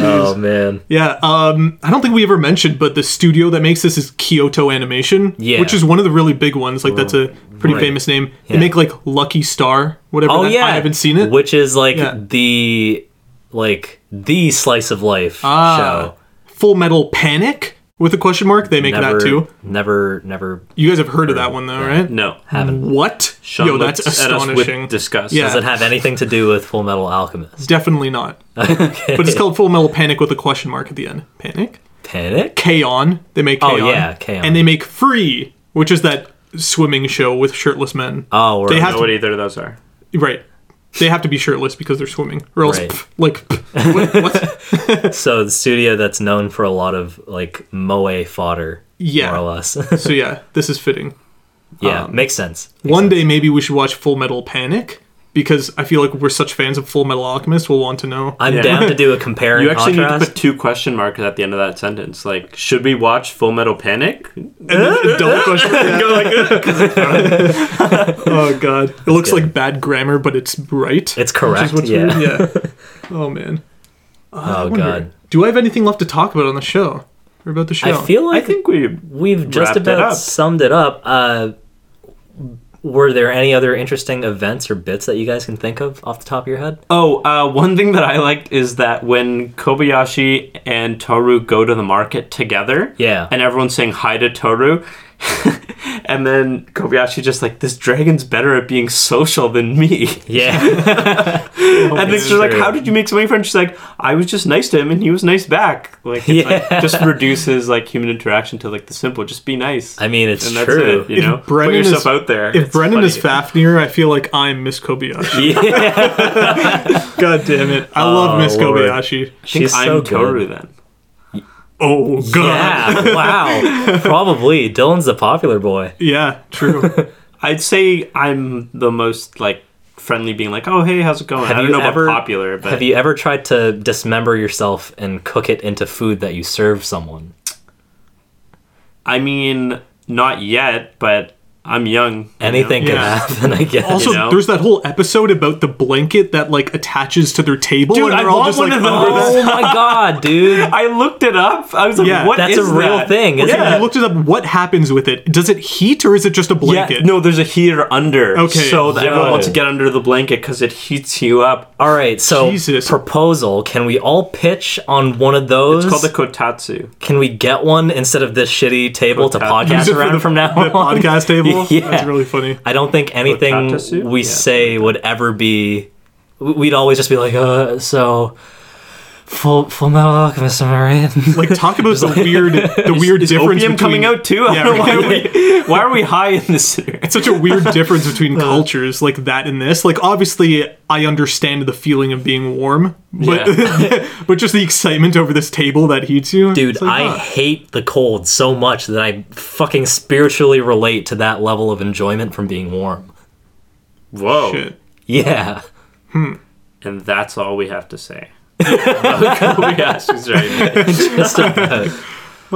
Speaker 3: Oh man.
Speaker 4: yeah, um, I don't think we ever mentioned, but the studio that makes this is Kyoto Animation,
Speaker 3: Yeah.
Speaker 4: which is one of the really big ones. Like that's a pretty
Speaker 3: Right.
Speaker 4: famous name.
Speaker 3: Yeah.
Speaker 4: They make like Lucky Star, whatever.
Speaker 3: Oh
Speaker 4: that-
Speaker 3: yeah,
Speaker 4: I haven't seen it.
Speaker 3: Which is like
Speaker 4: Yeah.
Speaker 3: the like the slice of life
Speaker 4: Ah. Full Metal Panic with a question mark. They make
Speaker 3: show. Never,
Speaker 4: that too.
Speaker 3: Never, never.
Speaker 4: You guys have heard of that one though, right?
Speaker 2: No,
Speaker 4: What?
Speaker 2: Sean
Speaker 4: Yo, that's
Speaker 2: looked at us with
Speaker 4: astonishing.
Speaker 2: disgust.
Speaker 4: Yeah.
Speaker 3: Does it have anything to do with Full Metal Alchemist?
Speaker 4: Definitely not. But it's called Full Metal Panic with a question mark at the end. Panic.
Speaker 3: Panic?
Speaker 4: K-On! They make
Speaker 3: Oh,
Speaker 4: K-On!
Speaker 3: yeah, K-On!
Speaker 4: And they make Free, which is that swimming show with shirtless men.
Speaker 3: Oh,
Speaker 4: They
Speaker 3: right.
Speaker 4: have
Speaker 2: know what either of those are.
Speaker 4: Right. They have to be shirtless because they're swimming, or else
Speaker 3: Right.
Speaker 4: pff, like pff, what, what?
Speaker 3: so the studio that's known for a lot of like moe fodder,
Speaker 4: Yeah. Um,
Speaker 3: more or less.
Speaker 4: so yeah, this is fitting.
Speaker 3: yeah, makes sense.
Speaker 4: One day maybe we should watch Full Metal Panic because I feel like we're such fans of Full Metal Alchemist. We'll want to know.
Speaker 3: I'm
Speaker 2: Yeah.
Speaker 3: down to do a compare
Speaker 2: You
Speaker 3: and
Speaker 2: actually need to
Speaker 3: contrast.
Speaker 2: put two question marks at the end of that sentence. Like, should we watch Full Metal Panic?
Speaker 4: Double question.
Speaker 2: Go like,
Speaker 4: Oh god, it looks
Speaker 3: good.
Speaker 4: like bad grammar, but it's right.
Speaker 3: It's correct.
Speaker 4: Which is
Speaker 3: yeah.
Speaker 4: what's weird, yeah. Oh man. I
Speaker 3: Oh
Speaker 4: wonder,
Speaker 3: god.
Speaker 4: Do I have anything left to talk about on the show or about the show?
Speaker 3: I feel
Speaker 2: I
Speaker 3: like
Speaker 2: think we.
Speaker 3: we've just
Speaker 2: wrapped it
Speaker 3: about
Speaker 2: up.
Speaker 3: summed it up. Uh, were there any other interesting events or bits that you guys can think of off the top of your head?
Speaker 2: Oh, uh, one thing that I liked is that when Kobayashi and Toru go to the market together,
Speaker 3: Yeah.
Speaker 2: and everyone's saying hi to Toru. and then Kobayashi just like this dragon's better at being social than me.
Speaker 3: Yeah.
Speaker 2: and then
Speaker 3: this
Speaker 2: she's
Speaker 3: is
Speaker 2: like,
Speaker 3: true.
Speaker 2: "How did you make so many friends?" She's like, "I was just nice to him, and he was nice back." Like, it's
Speaker 3: Yeah.
Speaker 2: like just reduces like human interaction to like the simple. Just be nice.
Speaker 3: I mean, it's
Speaker 2: and that's
Speaker 3: true.
Speaker 2: it. You know, put
Speaker 4: Brennan is-
Speaker 2: yourself out there.
Speaker 4: if
Speaker 2: It's
Speaker 4: Brennan is
Speaker 2: funny.
Speaker 4: Fafnir, I feel like I'm Miss Kobayashi.
Speaker 3: Yeah.
Speaker 4: God damn it. I love Miss
Speaker 3: Oh, Lord.
Speaker 4: Kobayashi.
Speaker 2: I think
Speaker 3: She's
Speaker 2: I'm
Speaker 3: so
Speaker 2: Toru
Speaker 3: good.
Speaker 2: then.
Speaker 4: Oh god.
Speaker 3: Yeah. Wow. Probably. Dylan's the popular boy.
Speaker 4: Yeah, true.
Speaker 2: I'd say I'm the most like friendly, being like, "Oh hey, how's it going?" I don't
Speaker 3: you
Speaker 2: know
Speaker 3: ever-
Speaker 2: about popular, but
Speaker 3: Have you ever tried to dismember yourself and cook it into food that you serve someone?
Speaker 2: I mean, not yet, but I'm young. you
Speaker 3: Anything
Speaker 2: know?
Speaker 3: can
Speaker 4: Yeah.
Speaker 3: happen, I guess.
Speaker 4: Also,
Speaker 2: know?
Speaker 4: there's that whole episode about the blanket that like attaches to their table
Speaker 2: Dude,
Speaker 4: and
Speaker 2: I
Speaker 4: they're all
Speaker 2: want
Speaker 4: just
Speaker 2: one
Speaker 4: like
Speaker 2: of those.
Speaker 4: under that.
Speaker 3: oh my god, dude.
Speaker 2: I looked it up. I was like,
Speaker 4: Yeah,
Speaker 2: "What
Speaker 3: That's a
Speaker 2: is
Speaker 3: real
Speaker 2: that?
Speaker 3: thing, isn't
Speaker 4: Yeah,
Speaker 3: it?
Speaker 4: I looked it up. What happens with it? Does it heat or is it just a
Speaker 2: Yeah,
Speaker 4: blanket?
Speaker 2: no, there's a heater under.
Speaker 4: Okay.
Speaker 2: So that everyone
Speaker 3: Yo.
Speaker 2: wants to get under the blanket because it heats you up.
Speaker 3: All right, so
Speaker 4: Jesus.
Speaker 3: proposal. Can we all pitch on one of those?
Speaker 2: It's called the kotatsu.
Speaker 3: Can we get one instead of this shitty table to
Speaker 2: Kotatsu.
Speaker 3: podcast
Speaker 4: Use it for
Speaker 3: around
Speaker 4: the-
Speaker 3: from now
Speaker 4: the
Speaker 3: on?
Speaker 4: podcast table.
Speaker 3: Yeah.
Speaker 4: That's really funny.
Speaker 3: I don't think anything
Speaker 2: Kotatsu?
Speaker 3: we
Speaker 2: Yeah,
Speaker 3: say would ever be. we- We'd always just be like, uh, so. Full, full Metal Alchemist, am I right?
Speaker 4: Like talk about the weird the weird difference
Speaker 2: Opium
Speaker 4: between
Speaker 2: coming out too. I
Speaker 4: Yeah,
Speaker 2: don't know why,
Speaker 4: right.
Speaker 2: are we, why are we high in this?
Speaker 4: It's such a weird difference
Speaker 2: Uh.
Speaker 4: between cultures like that and this. Like obviously I understand the feeling of being warm, but but just the excitement over this table that heats you.
Speaker 3: Dude,
Speaker 4: it's like,
Speaker 3: I
Speaker 4: huh.
Speaker 3: hate the cold so much that I fucking spiritually relate to that level of enjoyment from being warm.
Speaker 2: Whoa!
Speaker 4: Shit.
Speaker 3: Yeah.
Speaker 2: And that's all we have to say. Kobayashi's right now.
Speaker 3: Just about.
Speaker 4: oh,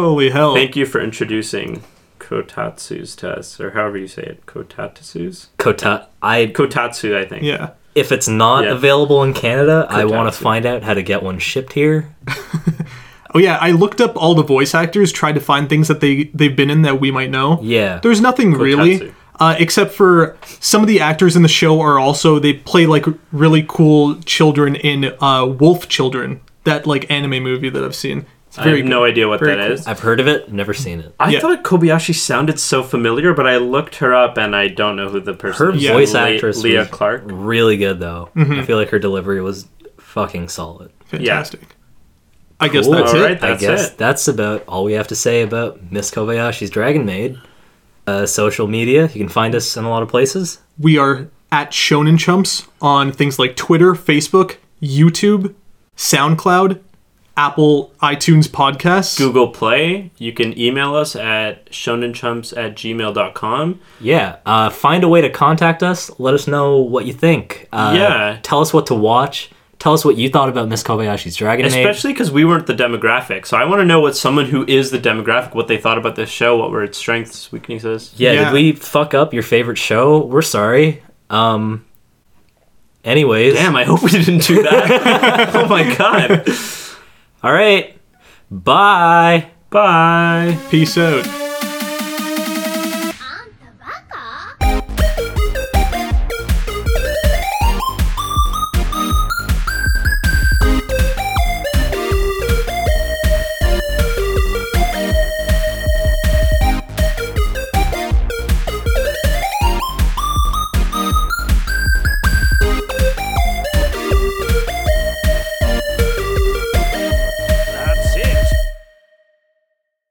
Speaker 4: Holy hell.
Speaker 2: Thank you for introducing kotatsus to us, or however you say it. Kotatsus.
Speaker 3: Kota- I,
Speaker 2: Kotatsu, I think.
Speaker 4: yeah.
Speaker 3: if it's not
Speaker 2: Yeah.
Speaker 3: available in Canada, I want to
Speaker 2: Kotatsu.
Speaker 3: find out how to get one shipped here.
Speaker 4: Oh yeah, I looked up all the voice actors, tried to find things that they they've been in that we might know.
Speaker 3: Yeah.
Speaker 4: There's nothing
Speaker 2: Kotatsu.
Speaker 4: really. Uh, except for some of the actors in the show are also they play like really cool children in uh, Wolf Children, that like anime movie that I've seen. It's
Speaker 2: I
Speaker 4: very
Speaker 2: have no idea what that
Speaker 4: Very
Speaker 2: is.
Speaker 4: cool.
Speaker 3: I've heard of it, never seen it.
Speaker 2: I
Speaker 4: Yeah.
Speaker 2: thought Kobayashi sounded so familiar, but I looked her up and I don't know who the person
Speaker 3: Her
Speaker 2: is.
Speaker 4: Yeah.
Speaker 3: voice
Speaker 2: Le-
Speaker 3: actress
Speaker 2: Leah
Speaker 3: was
Speaker 2: Clark.
Speaker 3: really good though. I feel like her delivery was fucking solid.
Speaker 4: fantastic. I guess
Speaker 3: Cool.
Speaker 4: that's
Speaker 2: All
Speaker 4: it.
Speaker 2: right,
Speaker 3: I
Speaker 2: that's
Speaker 3: guess
Speaker 2: it.
Speaker 3: that's about all we have to say about Miss Kobayashi's Dragon Maid. Uh, social media, you can find us in a lot of places.
Speaker 4: We are at Shonen Chumps on things like Twitter, Facebook, YouTube, SoundCloud, Apple iTunes podcasts.
Speaker 2: Google Play. You can email us at shonenchumps at gmail.com.
Speaker 3: Yeah, uh, find a way to contact us. Let us know what you think. Uh,
Speaker 2: Yeah.
Speaker 3: Tell us what to watch. Tell us what you thought about Miss Kobayashi's Dragon Maid.
Speaker 2: Especially because we weren't the demographic. So I want to know what someone who is the demographic, what they thought about this show, what were its strengths, weaknesses.
Speaker 3: Yeah,
Speaker 4: Yeah.
Speaker 3: did we fuck up your favorite show? We're sorry. Um. Anyways.
Speaker 2: Damn, I hope we didn't do that. oh my God.
Speaker 3: All right. Bye.
Speaker 2: Bye.
Speaker 4: Peace out.